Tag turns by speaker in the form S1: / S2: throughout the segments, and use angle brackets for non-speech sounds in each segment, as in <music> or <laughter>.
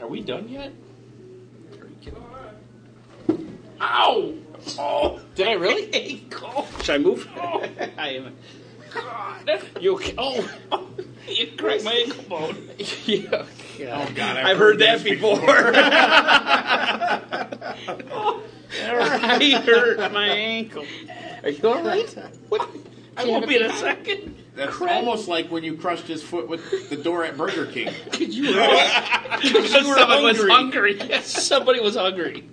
S1: Are we done yet? Are you kidding? Ow! Oh,
S2: Did I <laughs> really?
S1: hey, go.
S2: Should I move?
S1: Oh.
S2: <laughs> I am.
S1: God.
S2: You okay? Oh, <laughs>
S1: You cracked my ankle bone.
S2: yeah.
S3: Oh God,
S2: I've heard that
S3: this
S2: before.
S1: <laughs>
S2: <laughs> I hurt my ankle. Are you all right? What?
S1: I won't be in a second.
S3: That's almost like when you crushed his foot with the door at Burger King.
S2: Could <laughs> you? Someone was
S1: hungry. <laughs> Somebody was hungry.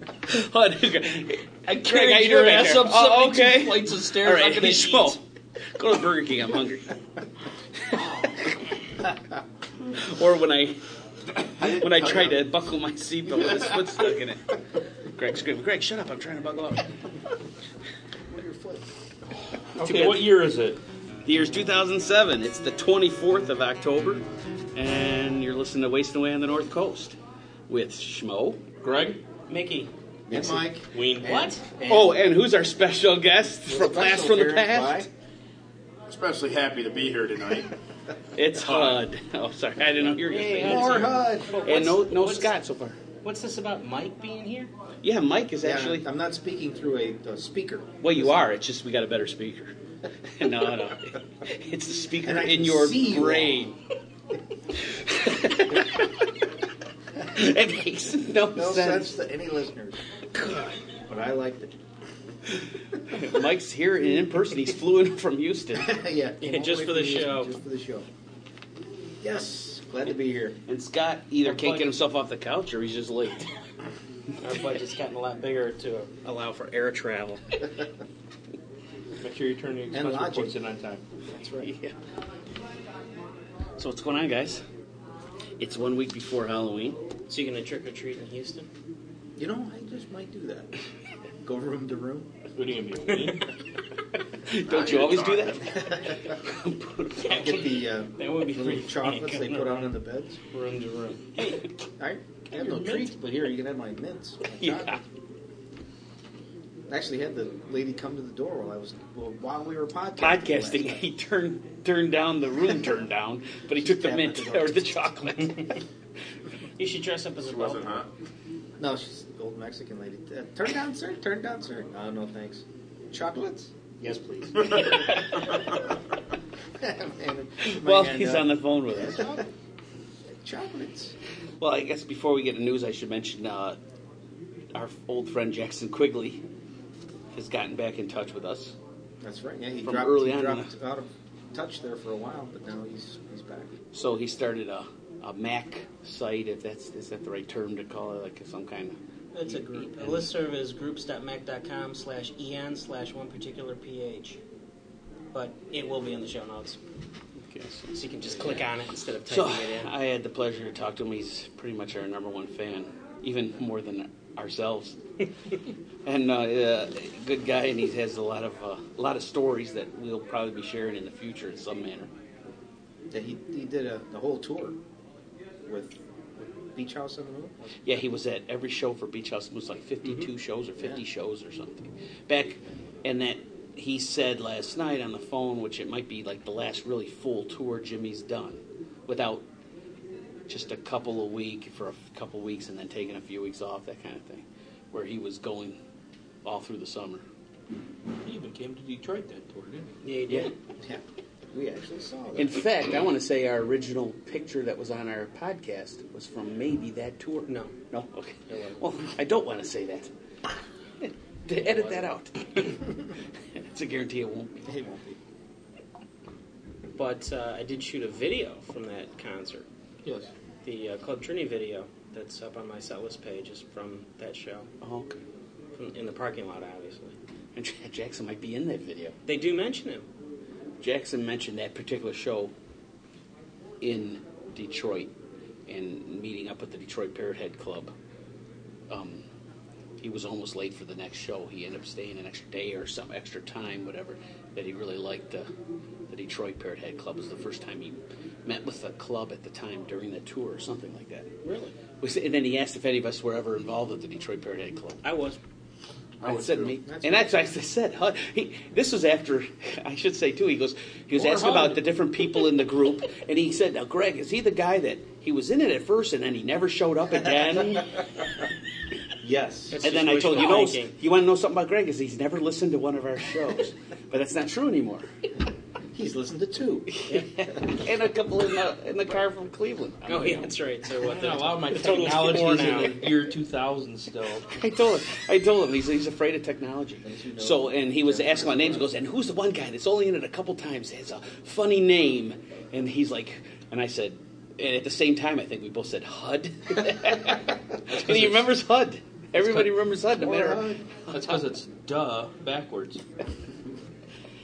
S2: Hold <laughs> on. I
S1: Greg, I
S2: carried
S1: ate
S2: your
S1: your
S2: ass up
S1: oh,
S2: 72
S1: okay.
S2: flights
S1: of
S2: All
S1: stairs.
S2: right,
S4: <laughs>
S1: I'm gonna
S2: hey,
S1: eat.
S2: Schmo, go to Burger King. I'm hungry. or when I when I tried to buckle my seatbelt with his foot stuck in it. Greg screamed, "Greg, shut up! I'm trying to buckle up."
S1: Okay, what year is it?
S2: The year's 2007. It's the 24th of October, and you're listening to Wasting Away on the North Coast with Schmo.
S1: Greg?
S4: Mickey.
S3: And Mike.
S1: Ween.
S4: What?
S2: Oh, and who's our special guest from Blast from the Past?
S3: Especially happy to be here tonight.
S2: It's HUD. <laughs> Oh, sorry, I didn't know you were going to say
S4: Hey,
S2: that.
S4: More
S5: HUD.
S2: And no, no
S4: what's-
S2: Scott so far.
S4: What's this about Mike being here?
S2: Yeah, Mike is actually.
S5: I'm not speaking through a, a speaker.
S2: Well, you are. It's just we got a better speaker. <laughs> no, no, it's the speaker
S5: And I
S2: in
S5: can
S2: your
S5: see you all. <laughs>
S2: brain. it makes no,
S5: No
S2: sense.
S5: sense to any listeners. But I liked it.
S2: Mike's here and in person. He's flew in from Houston,
S5: <laughs> yeah. came
S1: Yeah,
S5: all
S1: just
S5: way
S1: for the
S5: from Houston,
S1: show.
S5: Just for the show. Yes. Glad to be here.
S2: and Scott either can't get himself off the couch or he's just late.
S4: Our budget's gotten a lot bigger to
S2: Allow for air travel.
S1: Make sure you turn the expense
S5: logic.
S1: reports in on time.
S5: That's right.
S2: Yeah. So what's going on, guys? It's one week before Halloween.
S4: So you gonna trick or treat in Houston?
S5: You know, I just might do that. Go room to room.
S1: Who do you gonna be? Ween?
S2: <laughs> Don't you always do that?
S5: I'll get the
S1: <laughs>
S5: uh,
S4: That would be
S5: little
S4: pretty funny,
S5: chocolates they
S4: couldn't
S5: put
S4: it?
S5: on in the beds.
S4: Room to room.
S5: I I have no treats, but here you can have my
S1: <laughs>
S5: mints. my
S2: Yeah.
S5: chocolates. I actually had the lady come to the door while I was well, while we were podcasting. last
S2: podcasting, <laughs>
S5: night.
S2: he turned turned down the room turned down, but he took the
S5: Yeah,
S2: mint
S5: but-
S2: or the chocolate.
S4: <laughs> You should dress up as a
S3: It wasn't,
S4: bubble.
S3: huh?
S5: No, she's an old Mexican lady. Uh, turn down, sir. Turn down, sir. No, Uh, no, thanks. Chocolates? Yes, <laughs> please. Man, my
S2: Well,
S5: hand
S2: he's
S5: up.
S2: on the phone with us.
S5: Chocolate. Chocolates.
S2: Well, I guess before we get to news, I should mention uh, our old friend Jackson Quigley has gotten back in touch with us.
S5: That's right. Yeah, he
S2: From
S5: dropped,
S2: early
S5: he
S2: on,
S5: dropped out of touch there for a while, but now he's he's back.
S2: So he started a, a Mac site, if that's is that the right term to call it, like some kind of.
S4: It's a group. A listserv is groups.mac.com slash en slash one particular ph. But it will be in the show notes,
S2: Okay, so-
S4: so you can just click on it instead of
S2: So
S4: typing it in.
S2: I had the pleasure to talk to him. He's pretty much our number one fan, even more than
S4: <laughs>
S2: ourselves. and uh, uh, good guy, and he has a lot of uh, a lot of stories that we'll probably be sharing in the future in some manner.
S5: Yeah, he he did a the whole tour with, with Beach House on the Moon.
S2: Yeah, he was at every show for Beach House. It was like 52 shows or 50
S5: Yeah.
S2: shows or something. Back, and that he said last night on the phone, which it might be like the last really full tour Jimmy's done, without just a couple a week for a f- couple weeks and then taking a few weeks off, that kind of thing, where he was going all through the summer.
S1: He even came to Detroit that tour, didn't
S4: <laughs> Yeah, you
S2: Yeah.
S4: did.
S5: Yeah, we actually saw that.
S2: In fact, I want to say our original picture that was on our podcast was from maybe that tour.
S4: No.
S2: No? Okay.
S4: It wasn't.
S2: Well, I don't want to say that. to edit that out. <laughs> it's a guarantee it won't be.
S5: It won't be.
S4: But uh, I did shoot a video from that concert.
S1: he? Yes.
S4: The uh, Club Trinity video that's up on my setlist page is from that show,
S2: Oh, okay.
S4: from, in the parking lot, obviously.
S2: And J- Jackson might be in that video.
S4: They do mention him.
S2: Jackson mentioned that particular show in Detroit and meeting up with the Detroit Parrot Head Club. Um, he was almost late for the next show. He ended up staying an extra day or some extra time, whatever, that he really liked the, the Detroit Parrot Head Club. It was the first time he met with the club at the time during the tour or something like that.
S4: Really?
S2: Was- And then he asked if any of us were ever involved with the Detroit Parrot Head Club.
S4: I was.
S2: I said me,
S5: That's
S2: and
S5: right.
S2: that's what I said. Huh? He, this was after <laughs> I should say too. He goes, he was
S1: Or
S2: asking
S1: Hud.
S2: about the different people in the group, and he said, "Now, Greg, is he the guy that He was in it at first, and then he never showed up again.
S5: Yes.
S2: and then I told you, know, you want to know something about Greg? Is he's never listened to one of our shows, but that's not true anymore.
S5: He's listened to two.
S2: and a couple in the in the car from Cleveland.
S4: Oh yeah, that's right.
S2: <laughs>
S4: So what?
S1: I don't
S4: The, <laughs>
S1: allow my
S4: the total's four
S1: technology
S4: now.
S1: in the year 2000 still.
S2: I told him. I told him. He's, he's afraid of technology. So, and he was asking my names. He goes, and who's the one guy that's only in it a couple times? Has a funny name. And he's like, and I said, and at the same time, I think we both said
S4: <laughs>
S2: HUD. <laughs> and he remembers HUD. Everybody remembers HUD, no
S5: uh,
S2: matter.
S1: That's because it's duh backwards.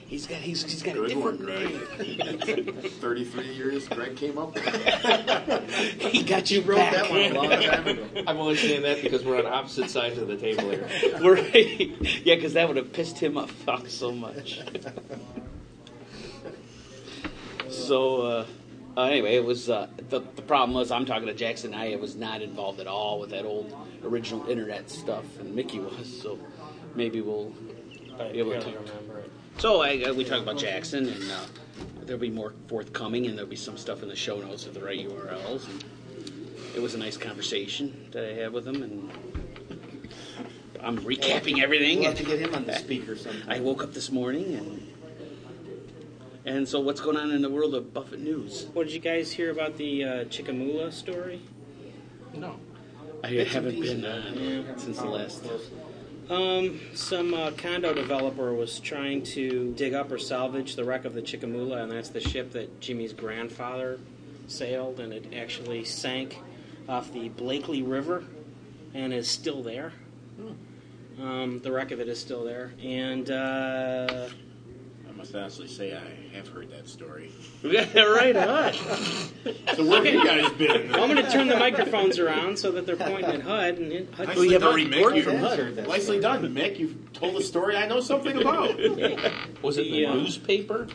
S2: He's got he's, he's got a
S3: Good one,
S2: different
S3: Greg.
S2: name.
S3: <laughs> 33 years Greg came up with it.
S2: He got you
S5: Wrote
S2: back.
S5: uh, that one a long time ago.
S1: I'm only saying that because we're on opposite sides of the table here.
S2: <laughs> We're, yeah, because that would have pissed him off <laughs> so much. so uh, uh, anyway, it was uh, the the problem was I'm talking to Jackson. I was not involved at all with that old original internet stuff, and Mickey was. So maybe we'll
S4: I
S2: be able
S4: barely
S2: to.
S4: remember it.
S2: So I, uh, we talked about Jackson, and uh, there'll be more forthcoming, and there'll be some stuff in the show notes with the right URLs. And it was a nice conversation that I had with him, and I'm recapping everything.
S5: We'll have to get him on the speaker sometime.
S2: I woke up this morning, and and so what's going on in the world of Buffett news?
S4: What did you guys hear about the uh, Chickamauga story?
S1: No.
S2: I haven't been
S1: uh,
S2: on since the <laughs> last.
S4: Um, some uh, condo developer was trying to dig up or salvage the wreck of the Chickamauga, and that's the ship that Jimmy's grandfather sailed, and it actually sank off the Blakely River and is still there. Um, the wreck of it is still there, and uh,
S3: I must honestly say I have heard that story.
S4: right on.
S3: So where have you guys <laughs> been?
S4: I'm going to turn the microphones around so that they're pointing at HUD, and it,
S5: Oh,
S4: HUD
S3: Nicely
S2: have a
S3: done,
S2: report
S3: Mick. You've
S5: from Hud.
S3: Nicely done, Mick. You've told a story I know something about.
S1: Was it the
S4: Yeah.
S1: newspaper?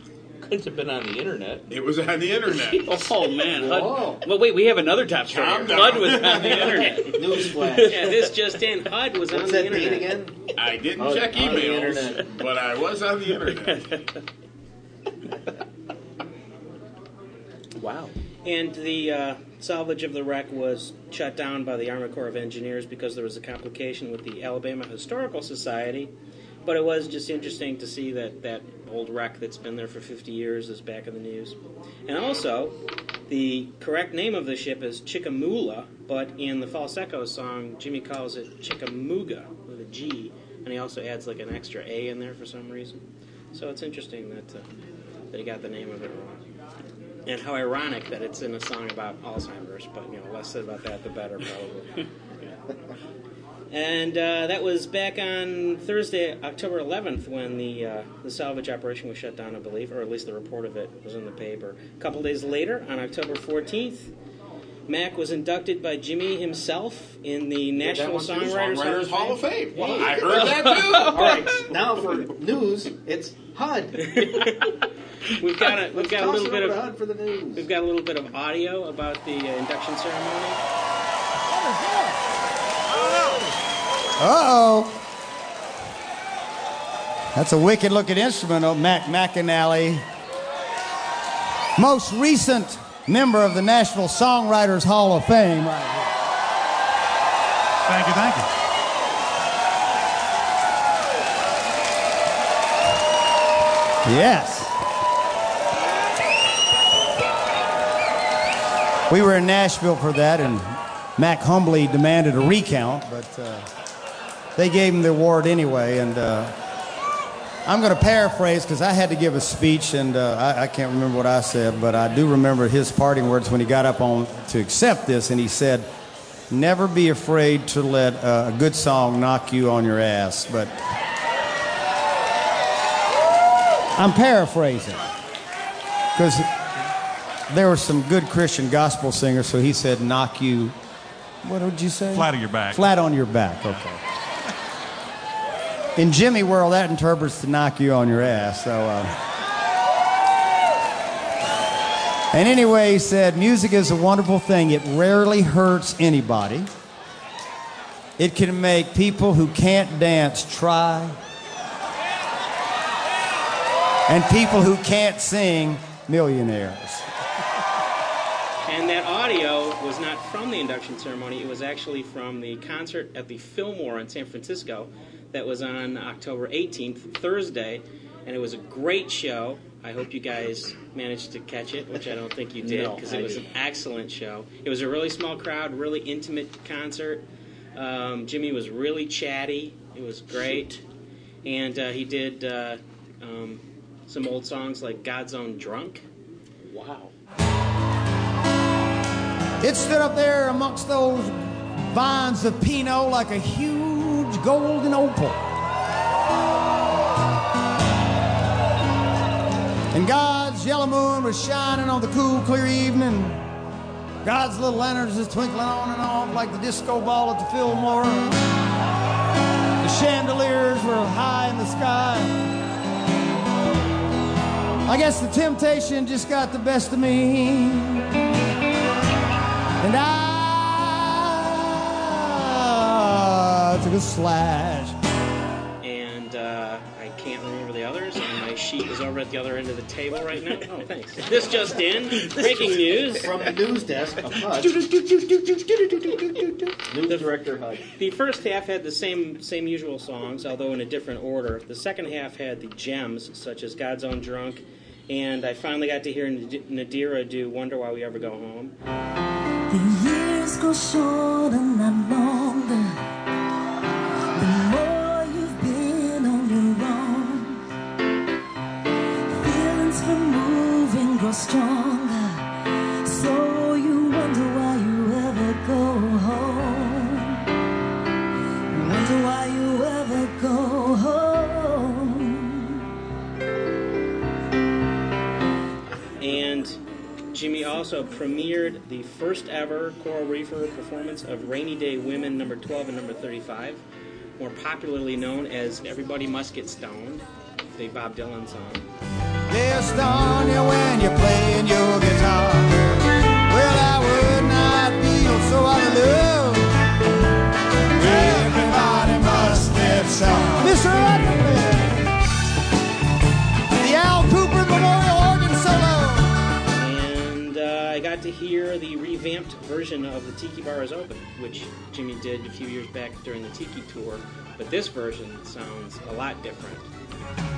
S1: Couldn't have been on the internet.
S3: It was on the internet.
S2: <laughs> Oh man!
S5: Whoa.
S2: HUD, well, wait, we have another top story.
S3: Calm down.
S2: HUD was on the internet.
S4: <laughs>
S5: Newsflash.
S4: <laughs> Yeah, this just in. HUD was on
S5: What's
S4: the
S5: that date
S4: internet.
S5: again?
S3: I didn't
S5: Oh,
S3: check
S5: on the
S3: emails,
S5: internet.
S3: but I was on the <laughs> internet.
S2: Wow.
S4: And the uh, salvage of the wreck was shut down by the Army Corps of Engineers because there was a complication with the Alabama Historical Society. But it was just interesting to see that that old wreck that's been there for 50 years is back in the news. And also, the correct name of the ship is Chickamauga, but in the falsetto song, Jimmy calls it Chickamauga with a G, and he also adds like an extra A in there for some reason. So it's interesting that uh, they got the name of it wrong. And how ironic that it's in a song about Alzheimer's, but you know, less said about that, the better,
S3: <laughs>
S4: probably. and uh, that was back on Thursday, October 11th, when the uh, the salvage operation was shut down, I believe, or at least the report of it was in the paper. A couple days later, on October 14th, Mac was inducted by Jimmy himself in the National
S3: That went through
S4: Songwriters,
S3: Songwriters Hall of
S4: Fame.
S3: Fame. I heard that
S5: All right. Now for news, it's HUD.
S4: We've
S3: <laughs>
S4: got a, we've got a
S5: Toss
S4: little
S5: it
S4: bit
S5: over to
S4: of
S5: HUD for the news.
S4: we've got a little bit of audio about the uh, induction ceremony.
S6: Uh oh. That's a wicked looking instrument, oh, Mac McAnally. Most recent member of the National Songwriters Hall of Fame, right here. Thank you, thank you. Yes. We were in Nashville for that, and Mac humbly demanded a recount, but. Uh, they gave him the award anyway. And uh, I'm going to paraphrase because I had to give a speech, and uh, I, I can't remember what I said, but I do remember his parting words when he got up on to accept this, and he said, "Never be afraid to let uh, a good song knock you on your ass." But I'm paraphrasing because there were some good Christian gospel singers, so he said, "Knock you." What would you say?
S7: Flat on your back.
S6: Flat on your back. Okay. In Jimmy world, that interprets to knock you on your ass. So. Uh. And anyway, he said, music is a wonderful thing. It rarely hurts anybody. It can make people who can't dance try. And people who can't sing, millionaires.
S4: And that audio was not from the induction ceremony, it was actually from the concert at the Fillmore in San Francisco that was on October 18th, Thursday, and it was a great show. I hope you guys managed to catch it, which I don't think you did,
S2: No,
S4: because
S2: I
S4: it was
S2: didn't.
S4: an excellent show. It was a really small crowd, really intimate concert. Um, Jimmy was really chatty. It was great. And uh, he did uh, um, some old songs like God's Own Drunk.
S2: Wow.
S6: It stood up there amongst those vines of Pinot like a huge golden opal. And God's yellow moon was shining on the cool, clear evening. God's little lanterns was twinkling on and off like the disco ball at the Fillmore. The chandeliers were high in the sky. I guess the temptation just got the best of me. And I took a slash.
S4: and uh, I can't remember the others. And my sheet is over at the other end of the table right now. Oh, thanks. <laughs> This just in: breaking news.
S5: From the news desk of HUD,
S3: <laughs>
S5: news director HUD.
S4: The first half had the same same usual songs, although in a different order. The second half had the gems such as God's Own Drunk, and I finally got to hear Nad- Nadira do "Wonder Why We Ever Go Home."
S7: The years go shorter, not longer. The more you've been on your own, feelings for moving grow stronger. So you wonder why you ever go home. Wonder why you ever go home.
S4: And Jimmy also premiered the first ever Coral Reefer performance of Rainy Day Women number 12 and number 35, more popularly known as Everybody Must Get Stoned, the Bob Dylan song.
S6: They'll stone you when you're playing your guitar. Well, I would not feel so out of love. Everybody must get some. Mr. Rutherford. The Al Cooper Memorial Organ Solo.
S4: And uh, I got to hear the revamped version of The Tiki Bar is Open, which Jimmy did a few years back during the Tiki Tour, but this version sounds a lot different.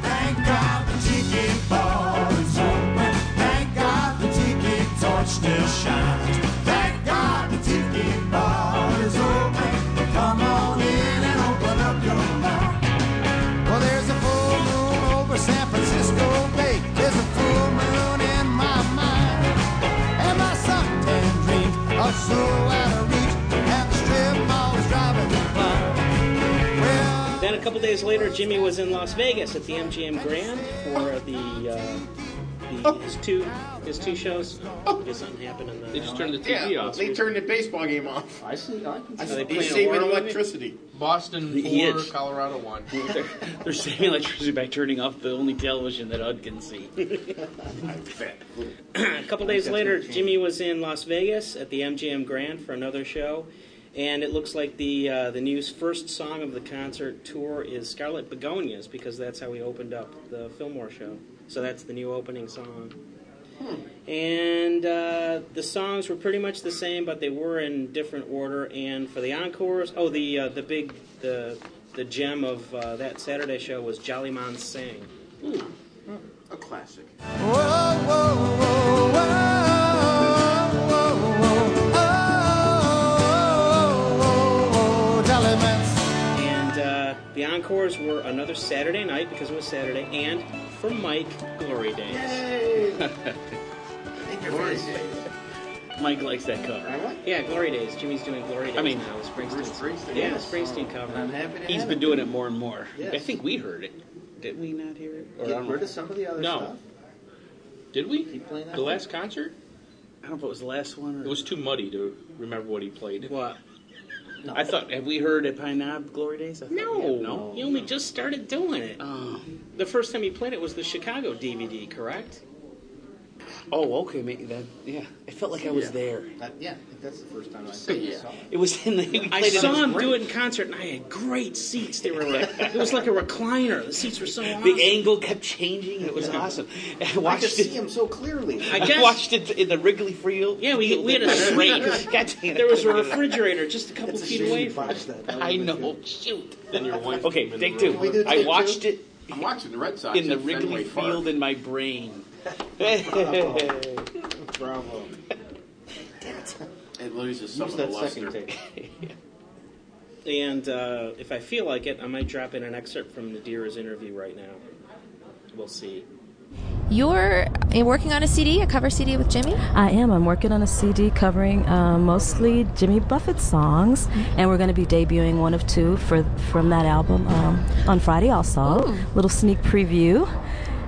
S6: Thank God the tiki bar is open. Thank God the tiki torch still shines. Thank God the tiki bar is open. Come on in and open up your mind. Well, there's a full moon over San Francisco Bay. There's a full moon in my mind. And my suntan dreams are so out of reach. And the strip mall's driving me blind. Well,
S4: Then a couple days later, Jimmy was in Las Vegas at the MGM Grand for the, uh, the his two his two shows. Oh, did something happen in the?
S1: They just turned the TV
S3: Yeah,
S1: off.
S3: they turned the baseball game off.
S5: I see. I can
S4: Are they
S5: see.
S3: He's
S4: playing a
S3: saving
S4: war movie?
S3: electricity.
S8: Boston four,
S2: He is.
S8: Colorado one.
S2: They're, <laughs> they're saving electricity by turning off the only television that Hud can see.
S4: A couple days later, Jimmy was in Las Vegas at the MGM Grand for another show, and it looks like the uh, the news first song of the concert tour is "Scarlet Begonias" because that's how we opened up the Fillmore show. So that's the new opening song. And uh, the songs were pretty much the same, but they were in different order. And for the encores, oh, the uh, the big the the gem of uh, that Saturday show was Jolly Man Sing.
S3: A classic.
S6: Whoa, whoa, whoa, whoa, whoa, whoa, oh, Jolly Mance.
S4: And uh, the encores were another Saturday night because it was Saturday, and for Mike, Glory Days.
S2: Mike likes that cover.
S4: Yeah, Glory Days. Jimmy's doing Glory Days
S2: mean,
S4: now.
S3: Bruce
S4: Springsteen.
S3: Springsteen.
S4: Yeah, Springsteen
S2: Uh,
S5: I'm
S4: cover.
S5: happy to
S2: He's
S5: have
S2: been
S5: it.
S2: doing it more and more.
S5: Yes.
S2: I think we heard it. Did we not hear it? Or I,
S5: Get
S2: don't know.
S5: rid of some of the other
S1: No.
S5: stuff.
S1: Did we?
S5: Keep playing that
S1: The last concert?
S2: I don't know if it was the last one or
S1: It was too muddy to remember what he played.
S4: What?
S2: I thought. Have we heard at Pine Knob Glory Days? I thought we
S4: No,
S2: had- no.
S4: You only just started doing it.
S2: Oh,
S4: The first time you played it was the Chicago DVD, correct?
S2: Oh, okay, maybe that. Yeah, it felt like I was there.
S5: That, yeah, that's the first time I saw it.
S2: It was in the. we
S4: I
S2: played it
S4: saw
S2: in-
S4: him do it in concert, and I had great seats. They were like, it was like a recliner. The seats were so awesome.
S2: The angle kept changing. It was awesome. <laughs> I
S5: I could
S2: watched
S5: see
S2: it.
S5: him so clearly.
S2: <laughs>
S4: I
S2: I
S4: guess
S2: watched it in the Wrigley Field.
S4: Yeah, we- we had a
S2: rain. <laughs>
S4: shrink.
S2: God dang it.
S4: there was a refrigerator just a couple
S5: It's a
S4: feet
S5: shame
S4: away
S5: you
S4: from.
S5: botched that. That
S2: I
S5: would've been
S2: know.
S5: good.
S2: Shoot.
S1: Then your wife.
S2: Okay,
S1: came in
S2: take
S1: the room.
S2: two.
S5: We do
S2: I
S5: take
S2: watched
S5: two?
S2: it
S3: I'm watching the Red Sox
S2: in the
S3: at Fenway
S2: Wrigley
S3: Park.
S2: Field in my brain.
S5: Bravo.
S3: It loses some of
S5: Use
S3: the
S5: that second
S3: luster.
S5: tape.
S4: <laughs> And uh, if I feel like it, I might drop in an excerpt from Nadira's interview right now. We'll see.
S8: You're eh, working on a CD, a cover CD with Jimmy?
S7: I am. I'm working on a CD covering uh, mostly Jimmy Buffett songs, and we're going to be debuting one of two for from that album um, on Friday. Also, little sneak preview,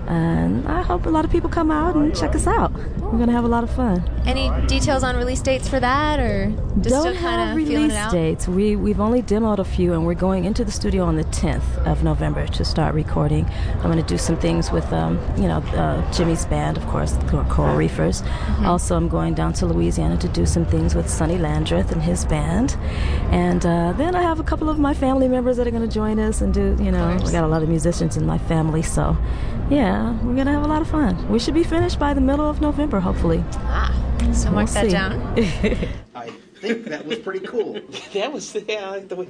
S7: and I hope a lot of people come out and check us out. We're going to have a lot of fun.
S8: Any details on release dates for that, or just
S7: Don't
S8: still
S7: have
S8: kind of feeling
S7: release
S8: it out?
S7: dates. We we've only demoed a few, and we're going into the studio on the 10th of November to start recording. I'm going to do some things with um, you know uh, Jimmy's band, of course, Cor- Coral Reefers.
S8: Mm-hmm.
S7: Also, I'm going down to Louisiana to do some things with Sonny Landreth and his band, and uh, then I have a couple of my family members that are going to join us and do you know we got a lot of musicians in my family, so yeah, we're going to have a lot of fun. We should be finished by the middle of November, hopefully.
S8: Ah, so mark
S7: We'll
S8: that
S7: see.
S8: down.
S5: I think that was pretty <laughs> cool.
S2: That was <laughs> yeah, I like the way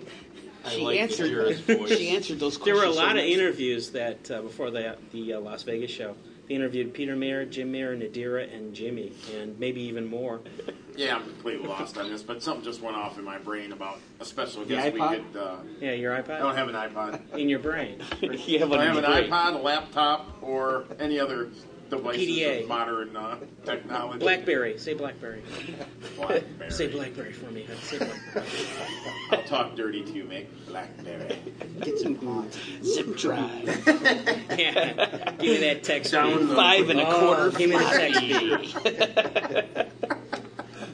S1: I
S2: she
S1: like
S2: answered.
S1: Nadira's voice.
S2: She answered those
S4: There
S2: questions.
S4: were a lot
S2: so
S4: of
S2: much.
S4: interviews that uh, before the the uh, Las Vegas show. They interviewed Peter Mayer, Jim Mayer, Nadira, and Jimmy, and maybe even more.
S3: Yeah, I'm completely lost on this, but something just went off in my brain about a special guest we
S5: iPod?
S3: could. Uh,
S4: Yeah, your
S3: I don't
S4: iPod
S3: have an iPod.
S4: in your brain.
S2: you have
S3: I have
S2: a
S3: an
S2: great-
S3: iPod, a laptop, or any other devices
S4: PDA.
S3: of modern uh, technology.
S4: Blackberry, say Blackberry.
S3: Blackberry.
S4: <laughs> Say Blackberry for me. Say Blackberry.
S3: I'll talk dirty to you, mate. Blackberry.
S5: Get some hot.
S2: zip drive.
S4: Yeah. Give me that text.
S3: Download.
S2: Five and a
S4: Oh,
S2: quarter.
S4: give me the text.
S2: floppy.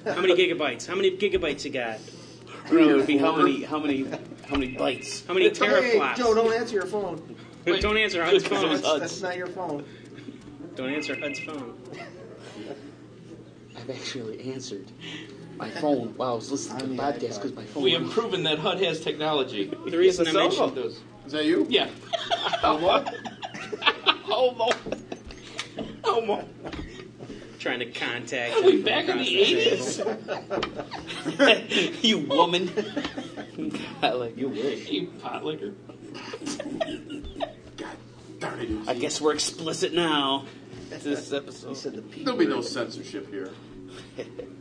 S4: How many gigabytes? How many gigabytes you got?
S2: It would be how many? How many? How many bites?
S4: How many
S5: Hey,
S4: teraflops?
S5: Joe, don't answer your phone.
S4: Don't answer Hud's phone.
S2: Huds.
S5: That's not your phone.
S4: Don't answer Hud's phone.
S2: I've actually answered my phone while I was listening to the
S5: On the
S2: podcast
S5: iPod.
S2: because my phone.
S1: We have proven that HUD has technology.
S4: The reason I
S1: Cell
S4: mentioned
S1: phone does.
S3: Is that you?
S1: Yeah. <laughs> Oh,
S3: What?
S2: Almost. Almost.
S4: trying to contact.
S5: Oh,
S2: We
S4: him
S2: back in
S4: across
S2: the
S4: table.
S2: eighties. <laughs> you
S1: <laughs>
S2: woman. I like you wish.
S1: You pot liquor.
S3: God darn it.
S2: I guess we're explicit now. This
S5: You
S2: episode.
S5: said the P
S3: There'll be
S5: word.
S3: no censorship here.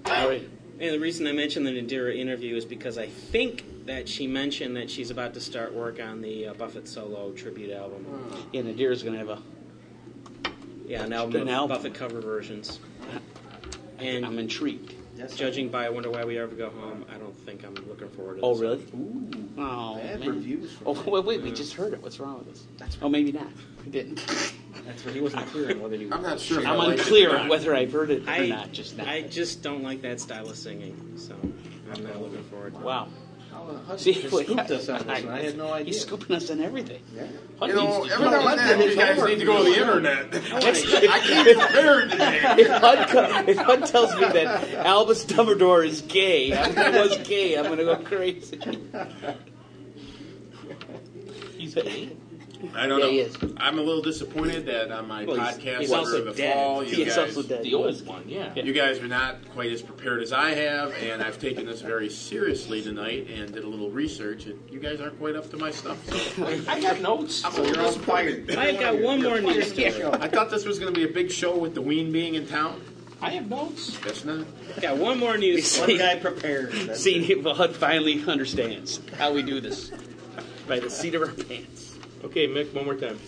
S2: All right.
S4: And the reason I mentioned the Nadira interview is because I think that she mentioned that she's about to start work on the uh, Buffett solo tribute album.
S2: Yeah, Nadira's gonna have a.
S4: Yeah, an album
S2: An
S4: of
S2: album.
S4: Buffett cover versions.
S2: I'm
S4: And
S2: intrigued.
S5: Yes,
S4: judging by I Wonder Why We Ever Go Home, I don't think I'm looking forward to this.
S2: Oh really?
S5: Ooh.
S2: Oh
S5: Bad
S2: man.
S5: reviews from
S2: Oh wait, wait, we just heard it. What's wrong with us? oh, maybe not. We didn't.
S5: That's what he wasn't clear on whether he
S3: I'm not sure. if I
S2: I'm
S3: like it or
S2: unclear
S3: not.
S2: on whether I've heard it or
S4: I,
S2: not just now.
S4: I just don't like that style of singing, so I'm not looking forward to it.
S2: wow.
S5: Oh,
S2: See,
S5: he
S2: wait,
S5: scooped us on this, and I had no idea.
S2: He's scooping us on everything.
S5: Yeah.
S2: Hud
S3: You know,
S2: needs to
S3: every now and then, you guys need to go to the internet. I can't
S2: <laughs>
S3: compare today.
S2: if Hud, co- if Hud tells me that Albus Dumbledore is gay, I'm, he was gay, I'm gonna go crazy.
S1: He's gay.
S3: I don't
S2: Yeah,
S3: know.
S2: he is.
S3: I'm a little disappointed that on my
S2: Well, he's-
S3: podcast
S2: he's
S3: for
S2: also
S3: the
S2: dead.
S3: fall, you
S2: He's
S3: guys,
S2: also dead.
S1: The old one, yeah.
S3: you guys are not quite as prepared as I have, and I've taken this very seriously tonight and did a little research, and you guys aren't quite up to my stuff. So
S1: I got notes.
S3: I'm a little disappointed.
S4: I've got one more news story.
S3: I thought this was going to be a big show with the Ween being in town.
S1: I have notes.
S3: Guess not.
S4: Got one more
S5: <laughs>
S4: news
S5: One
S4: story.
S5: guy prepared. That's
S2: Seeing if Hud finally understands how we do this by the seat of our pants.
S1: Okay, Mick, one more time.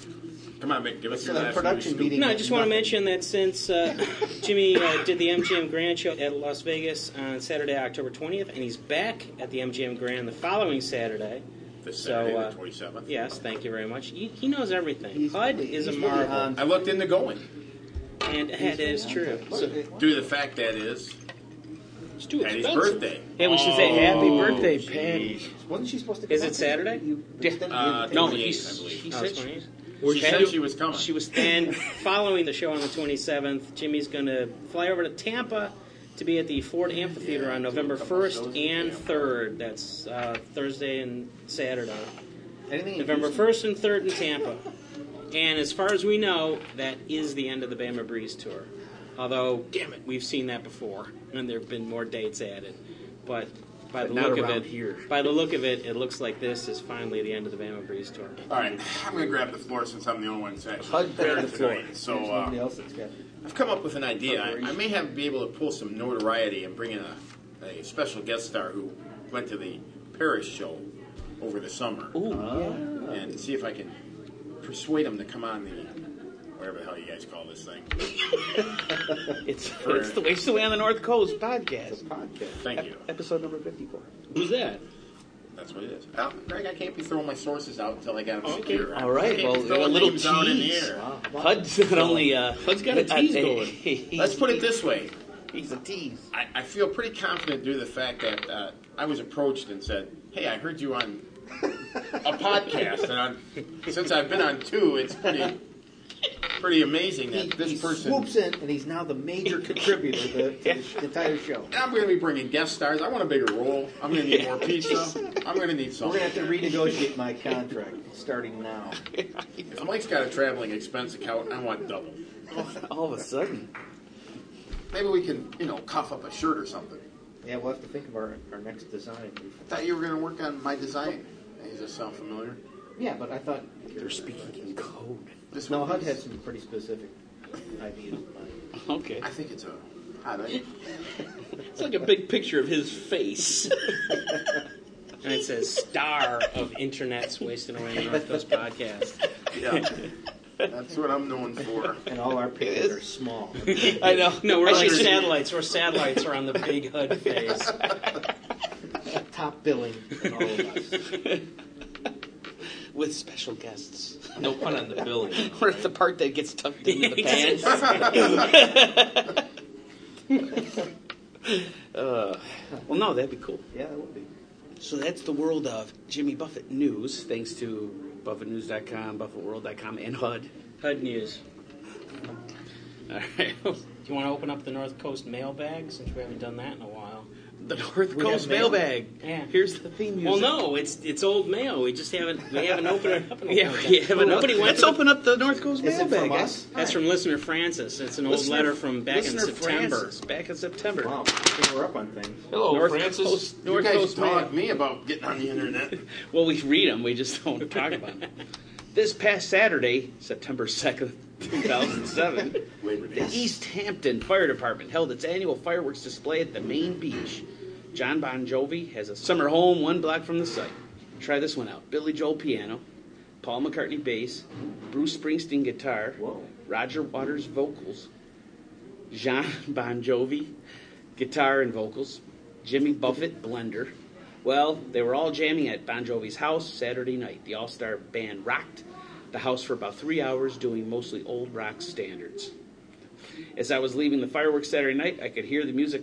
S3: Come on, Mick, give us some
S5: the
S3: last
S5: production
S3: news.
S5: meeting.
S4: No, I just want to mention that since uh, Jimmy uh, did the MGM Grand show at Las Vegas on Saturday, October 20th, and he's back at the MGM Grand the following Saturday.
S3: This
S4: So,
S3: Saturday,
S4: uh,
S3: the 27th.
S4: Yes, thank you very much. He, he knows everything. HUD is a
S5: he's really um,
S4: marvel,
S5: on-
S3: I looked into going.
S4: and that is true. So,
S3: Due to the fact that is
S1: It's too
S3: Patty's
S1: expensive.
S3: birthday.
S2: Hey, we should say happy birthday,
S3: Patty.
S5: Wasn't she supposed to?
S4: Is
S5: come
S4: it
S5: out?
S4: Saturday?
S5: You- you-
S2: Yeah.
S5: you-
S3: Uh,
S2: No,
S3: 28th,
S2: he's,
S3: I believe.
S2: he
S4: Oh,
S2: said
S4: it's
S2: she-
S4: funny.
S3: She said she was coming.
S4: She was and following the show on the 27th. Jimmy's going to fly over to Tampa to be at the Ford Amphitheater on November
S3: couple shows
S4: 1st
S3: in
S4: and
S3: Tampa.
S4: 3rd. That's uh, Thursday and Saturday.
S5: Anything in
S4: November
S5: Houston?
S4: 1st and 3rd in Tampa. And as far as we know, that is the end of the Bama Breeze tour. Although, damn it, we've seen that before, and there have been more dates added. But by the
S3: not
S4: look of
S3: around
S4: it,
S3: here.
S4: by the look of it, it looks like this is finally the end of the Bama Breeze tour.
S3: All right, I'm going to grab the floor since I'm the only one that's actually
S5: Hug
S3: prepared
S5: the floor.
S3: tonight. So
S5: There's
S3: uh,
S5: nobody else that's got.
S3: I've come up with an idea. I, I may have be able to pull some notoriety and bring in a, a special guest star who went to the Paris show over the summer, Uh, and see if I can persuade him to come on the whatever the hell you guys call this thing.
S2: It's it's the Waste Away on the North Coast podcast.
S5: Podcast.
S3: Thank you.
S5: Episode number 54.
S2: Who's that?
S3: That's what it is. Al, Greg, I can't be throwing my sources out until I got them secure.
S2: All right,
S3: I can't
S2: well,
S3: be throwing
S2: a little
S3: names out in the
S2: tease.
S3: air.
S2: Hud's not only uh,
S1: Hud's got a tease
S2: <laughs>
S1: going.
S3: Let's put it this way.
S2: He's a tease.
S3: I, I feel pretty confident due to the fact that uh, I was approached and said, "Hey, I heard
S2: <laughs>
S3: you on a podcast, and i since I've been on two, it's pretty pretty amazing
S5: He,
S3: that this
S5: he
S3: person."
S5: swoops in and he's now the <laughs> major contributor to, the- to the entire show.
S3: And I'm going to be bringing guest stars. I want a bigger role. I'm going to
S2: <laughs>
S3: need more pizza. I'm going to need
S5: We're
S3: something.
S5: going to have to renegotiate my contract starting now.
S3: If Mike's got a traveling expense account, I want double.
S2: <laughs> All of a sudden.
S3: Maybe we can, you know, cuff up a shirt or something.
S5: Yeah, we'll have to think of our, our next design.
S3: I thought you were going to work on my design. Does that sound familiar?
S5: Yeah, but I thought
S2: They're speaking in code.
S3: This
S5: No,
S3: one
S5: HUD
S3: is-
S5: had some pretty specific ideas in mind.
S2: Okay.
S3: I think it's a.
S2: <laughs>
S3: I think.
S2: It's like a big picture of his face.
S4: And it says star of Internet's Wasting Away on the North Coast podcast.
S3: Yeah. That's what I'm known
S4: <laughs>
S3: for.
S5: And all our pictures are <laughs> small.
S2: I know.
S4: No, we're like
S2: Actually,
S4: satellites. We're satellites around the big HUD face.
S5: Top billing from all of <laughs> us.
S2: with special guests.
S1: No pun on <laughs> the building.
S2: We're at the part that gets tucked into the pants. <laughs> uh, well, no, that'd be cool.
S5: Yeah, that would be.
S2: So that's the world of Jimmy Buffett news, thanks to BuffettNews.com, BuffettWorld.com, and HUD.
S4: HUD news.
S2: All right.
S4: Do you want to open up the North Coast mailbag since we haven't done that in a while?
S2: The North
S5: have
S2: Coast
S5: mail.
S2: mailbag.
S4: Yeah.
S2: Here's the theme music.
S4: Well, no, it's it's old mail. We just haven't we haven't opened it up. In a
S2: Yeah,
S4: long
S2: we
S4: time.
S2: haven't.
S4: Nobody went.
S2: Let's
S4: to-
S2: open up the North Coast
S5: Is it
S2: mailbag.
S5: from us?
S4: That's from listener Francis. It's an old
S2: Listener-
S4: letter from back in
S2: Listener
S4: September.
S2: Francis, back in September.
S5: Wow, I think we're up on things.
S1: Hello,
S2: North
S1: Francis.
S2: Coast,
S3: You
S2: North
S3: guys
S2: Coast mail.
S3: talk me about getting on the internet.
S2: Well, we read them, we just don't talk about them.
S3: <laughs>
S2: This past Saturday, September 2nd, 2007,
S3: Labor Day.
S2: the East Hampton Fire Department held its annual fireworks display at the main beach. John Bon Jovi has a summer home one block from the site. Try this one out Billy Joel piano, Paul McCartney bass, Bruce Springsteen guitar,
S5: Whoa.
S2: Roger Waters vocals, John <laughs> Bon Jovi, guitar and vocals, Jimmy Buffett, blender. Well, they were all jamming at Bon Jovi's house Saturday night. The all star band rocked the house for about three hours, doing mostly old rock standards. As I was leaving the fireworks Saturday night, I could hear the music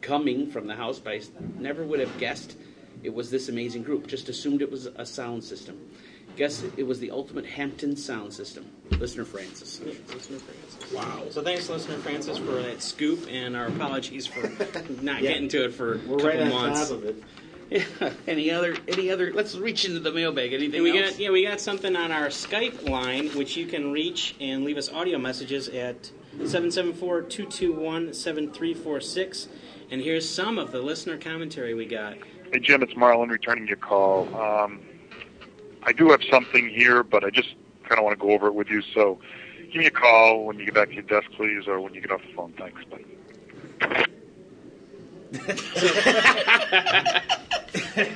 S2: coming from the house, but I s- never would have guessed it was this amazing group. Just assumed it was a sound system. Guess it was the ultimate Hampton sound system. Listener Francis.
S4: Listener Francis. Wow. So thanks, listener Francis, for that scoop, and our apologies
S5: <laughs>
S4: for not
S5: Yeah.
S4: getting to it for a
S5: We're
S4: couple
S5: right on
S4: months.
S5: top of it.
S2: Yeah. Any other? Any other? Let's reach into the mailbag. Anything
S4: And we
S2: else?
S4: got yeah, we got something on our Skype line which you can reach and leave us audio messages at 774-221-7346. And here's some of the listener commentary we got.
S9: Hey, Jim, it's Marlon returning your call. Um, I do have something here, but I just kind of want to go over it with you. So give me a call when you get back to your desk, please, or when you get off the phone. Thanks. Bye.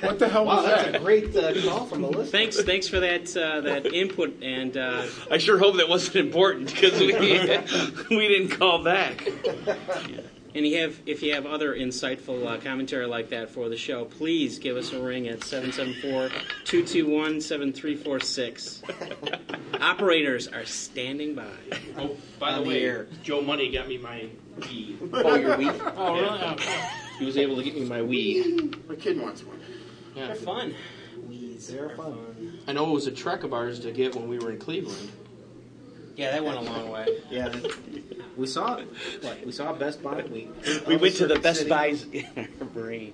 S3: What the hell
S5: Wow,
S3: was
S5: that's a
S3: that?
S5: great uh, call from a listener.
S4: Thanks thanks for that uh, that input and uh,
S2: I sure hope that wasn't important because we <laughs> we didn't call back.
S4: and you have if you have other insightful uh, commentary like that for the show, please give us a ring at 774-221-7346. Operators are standing by.
S1: Oh, by
S4: On
S1: the
S4: the
S1: way,
S4: air.
S1: Joe Money got me my Wii.
S2: Oh, your week.
S1: Oh, really? He was able to get me my Wii.
S3: My kid wants one.
S1: Yeah.
S4: They're fun.
S5: They're fun.
S1: I know it was a trek of ours to get when we were in Cleveland.
S4: Yeah, that went a long way.
S5: Yeah, they- we saw it. What? We saw Best Buy. We,
S2: We
S5: all
S2: went to the
S5: Circuit
S2: Best
S5: City.
S2: Buys <laughs> in our brain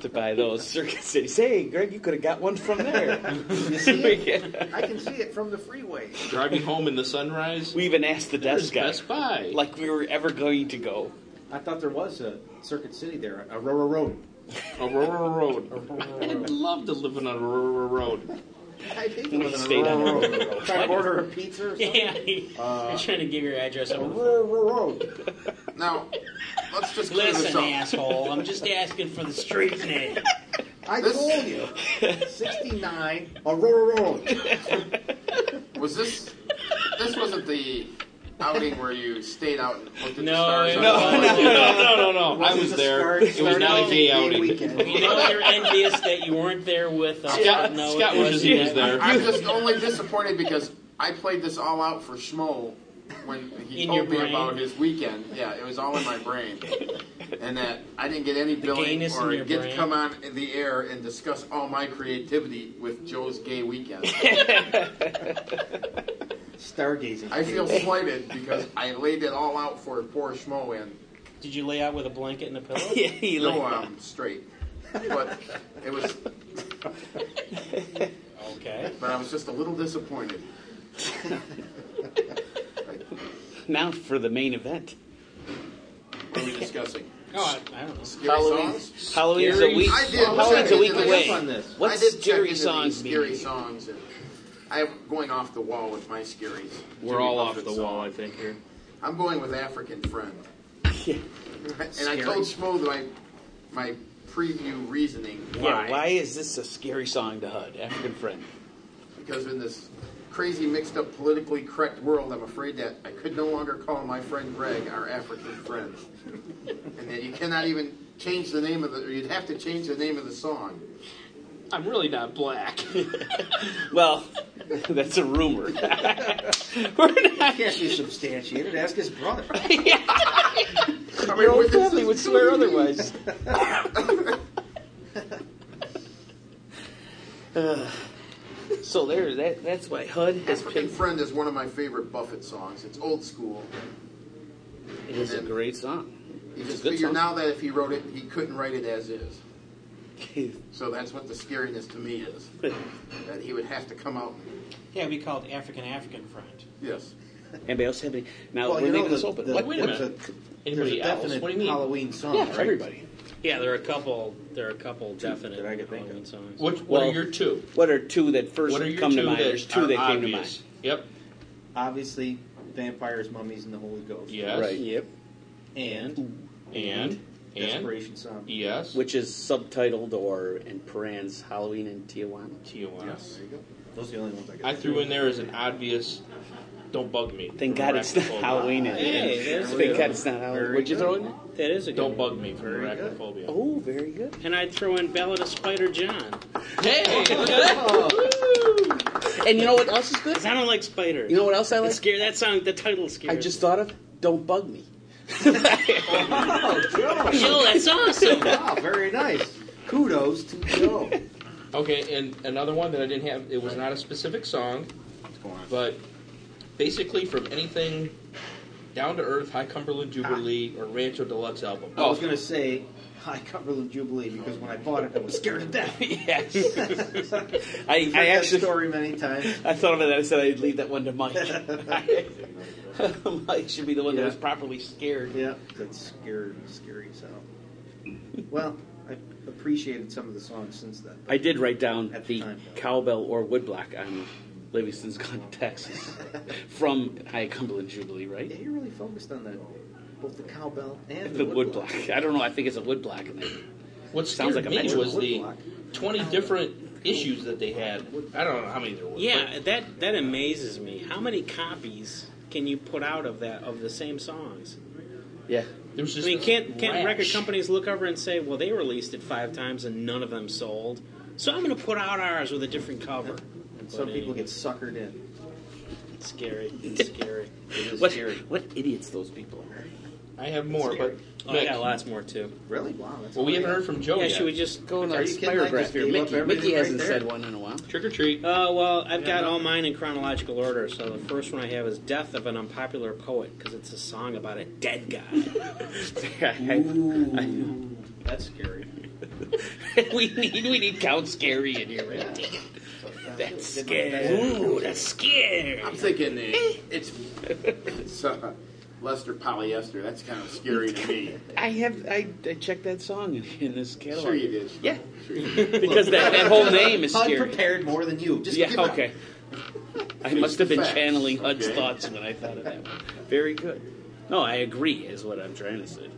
S2: to buy those Circuit City. Hey, Greg, you could have got one from there.
S5: <laughs>
S2: <laughs>
S5: I can see it from the freeway.
S1: Driving home in the sunrise.
S2: we even asked the
S1: There's
S2: desk guy,
S1: Best Buy.
S2: like we were ever going to go.
S5: I thought there was a Circuit City there, a Aurora Road.
S1: Aurora Road.
S5: Aurora
S1: I'd
S5: Road.
S1: love to live on Aurora Road.
S5: I think it
S2: We
S5: was an
S2: stayed on
S5: Aurora
S2: Aurora
S5: Road.
S2: Road.
S5: Trying to order a pizza or something.
S4: Yeah, you're trying to give your address over the phone.
S5: Aurora Road.
S3: Now, let's just clear this
S4: Listen,
S3: up.
S4: asshole, I'm just asking for the street name.
S5: I
S3: This-
S5: told you. 69 Aurora Road.
S3: Was this? This wasn't the outing where you stayed out and looked at the
S4: No,
S3: stars.
S4: it
S3: on
S4: No,
S3: the
S4: no,
S3: wall?
S1: no, no, no. I
S5: Wasn't
S1: was
S5: the
S1: there.
S5: start-
S1: It was
S5: start
S1: not
S5: of
S1: a
S5: the
S1: gay
S5: gay
S1: outing.
S5: weekend.
S4: You know you're envious that you weren't there with uh, us.
S1: Scott,
S4: No, it
S1: Scott wishes he
S4: wasn't.
S1: was there.
S3: I'm
S4: <laughs>
S3: just only disappointed because I played this all out for Schmo when he
S4: In your
S3: told me
S4: brain.
S3: about his weekend. Yeah, it was all in my brain, and that I didn't get any billing
S4: gayness
S3: or
S4: in your
S3: get to
S4: brain.
S3: come on in the air and discuss all my creativity with Joe's gay weekend.
S4: <laughs>
S5: Stargazing.
S3: I feel slighted because I laid it all out for poor Schmo and
S4: Did you lay out with a blanket and a pillow?
S2: <laughs> Yeah, he like,
S3: no, I'm straight. But it was,
S4: Okay.
S3: but I was just a little disappointed.
S2: now for the main event.
S3: What are we discussing?
S4: No, I, I don't know.
S3: Scary
S2: Halloween.
S3: songs?
S2: Halloween's a week.
S3: I did.
S2: Halloween's a
S3: Check
S2: week
S3: into this
S5: on
S2: away.
S5: this.
S3: I
S2: What's
S3: did check into
S2: scary
S3: the
S2: songs
S3: Scary
S2: mean?
S3: songs. And I'm going off the wall with my scaries.
S1: We're all off the wall, I think. Here.
S3: I'm going with African Friend. and I
S5: Scary.
S3: told Schmo my my preview reasoning why.
S2: Yeah, why is this a scary song to HUD, African friend? <laughs>
S3: Because in this crazy, mixed up, politically correct world, I'm afraid that I could no longer call my friend Greg our African friend, and that you cannot even change the name of the. Or you'd have to change the name of the song.
S1: I'm really not black.
S2: Well, that's a rumor. We're not.
S5: Can't be substantiated. Ask his brother.
S3: I mean,
S2: Your whole
S3: what does
S2: family
S3: this
S2: would swear
S3: mean? <laughs>
S2: otherwise. Uh, so there, that that's why HUD has
S3: African
S2: picked.
S3: Friend is one of my favorite Buffett songs. It's old school.
S2: It is a great song.
S3: You
S2: It's a
S3: just
S2: good
S3: figure
S2: song.
S3: now that if he wrote it, he couldn't write it
S2: <laughs>
S3: as is. So that's what the scariness to me is. That he would have to come out.
S4: Yeah, we called African African friend.
S3: Yes.
S2: Anybody else have any? Now we're leaving this open. what?
S1: wait a
S5: there's
S1: minute.
S5: there's a
S1: Anybody else?
S5: definite
S1: What do you mean?
S5: Halloween song,
S2: yeah,
S5: right?
S2: everybody.
S4: Yeah, there are a couple. There are a couple definite
S5: that I could think of.
S4: Halloween songs.
S1: What, what
S2: Well,
S1: are your two?
S2: What are two that first
S1: What are your
S2: come
S1: two
S2: to mind?
S1: that
S2: There's two
S1: are
S2: that came to mind.
S1: obvious? Yep.
S5: Obviously, vampires, mummies, and the Holy Ghost.
S1: Yes.
S2: Right.
S5: Yep. And,
S1: And and
S5: Desperation Song.
S1: yes.
S2: Which is subtitled or in parens Halloween in Tijuana.
S1: Tijuana.
S3: Yes.
S5: Those are the only ones I could
S1: I threw in there as an obvious. Don't bug me.
S2: Thank
S1: from
S2: God it's not
S1: arachnophobia.
S2: Halloween. in
S4: Hey,
S2: it.
S4: there's
S2: Thank
S4: a-
S2: God it's not Halloween.
S5: Very
S2: Would you throw
S5: good.
S2: in?
S4: That is a good
S1: Don't
S4: one.
S1: bug me from
S5: Very good.
S1: arachnophobia.
S2: Oh, very good.
S4: And I'd throw in Ballad of Spider John. <laughs>
S1: Hey, look at that.
S2: And you know what else is good?
S4: 'Cause I don't like spiders.
S2: You know what else I
S4: It
S2: like?
S4: scare that song. The title scares.
S2: I just thought of Don't Bug Me.
S4: me. Yo,
S2: <laughs>
S4: that's awesome.
S5: Oh, Wow, very nice. Kudos to Joe.
S1: Okay, and another one that I didn't have. It was not a specific song, but basically from anything down to earth, High Cumberland
S2: Ah.
S1: Jubilee or Rancho Deluxe album.
S2: Oh,
S1: Oh,
S5: I was going to say, I cover the Jubilee because when I bought it, I was scared to death.
S4: <laughs>
S5: <laughs>
S2: yes. I,
S5: Heard
S2: I
S5: that
S2: actually
S5: story many times.
S2: I thought of it. I said I'd leave that one to <laughs> Mike. Mike should be the one that
S5: Yeah.
S2: was properly scared.
S5: Yeah, that's scary, scary as hell. Well, I appreciated some of the songs since then.
S2: I did write down
S5: At the
S2: the
S5: time.
S2: cowbell or woodblock on Livingston's Gun,
S1: <laughs>
S2: Texas, from High Cumberland Jubilee,
S5: Yeah,
S2: right?
S5: you're really focused on that, both the cowbell and
S2: The
S5: woodblock.
S2: woodblock. I don't know. I think it's a woodblock in there.
S1: What
S2: Sounds
S1: sounds
S2: like
S1: like
S2: a
S1: me
S2: metro.
S1: was the
S5: Woodblock.
S1: twenty different issues that they had. I don't know how many there were.
S4: Yeah, that that amazes me. How many copies can you put out of that of the same songs?
S2: Yeah.
S1: but there was
S4: I
S1: just
S4: mean, can't can't
S1: rash.
S4: record companies look over and say, well, they released it five times and none of them sold, so I'm going to put out ours with a different cover.
S5: And some
S4: But
S5: people
S4: anyway,
S5: get suckered in.
S4: it's scary. It's scary.
S5: It is
S2: What,
S5: scary.
S2: what idiots those people are.
S1: I have more, but
S4: Oh, I
S1: Nick,
S4: got lots more too.
S5: Really? Wow. That's
S1: well, we haven't heard from Joe
S4: yeah,
S1: yet.
S4: should we just go?
S2: Go in
S5: Are
S2: our
S5: you kidding? I
S2: spirograph
S5: just
S2: here.
S5: gave up
S2: Mickey,
S5: everything
S2: Mickey
S5: right
S2: hasn't
S5: there.
S2: said one in a while.
S1: Trick or treat.
S4: Uh, well, I've got all mine in chronological order. So the first one I have is "Death of an Unpopular Poet" because it's a song about a dead
S2: <laughs>
S4: guy.
S5: That's scary.
S2: <laughs> we need we need Count Scary in here. Right? That's scary. Ooh, that's scary.
S3: I'm
S2: <laughs>
S3: thinking uh, it's it's uh, Lester polyester. That's kind of scary to me.
S2: I have I, I checked that song in, in this catalog.
S3: Sure you did.
S2: Yeah,
S3: Sure <laughs> you did.
S2: because that, that whole name <laughs> is
S5: Hud
S2: scary.
S5: prepared more than you. Just
S2: Yeah,
S5: give up.
S2: okay. I must have been
S3: Facts,
S2: channeling Hud's
S3: okay.
S2: thoughts when I thought of that one. Very good. No, I agree. Is what I'm trying to say.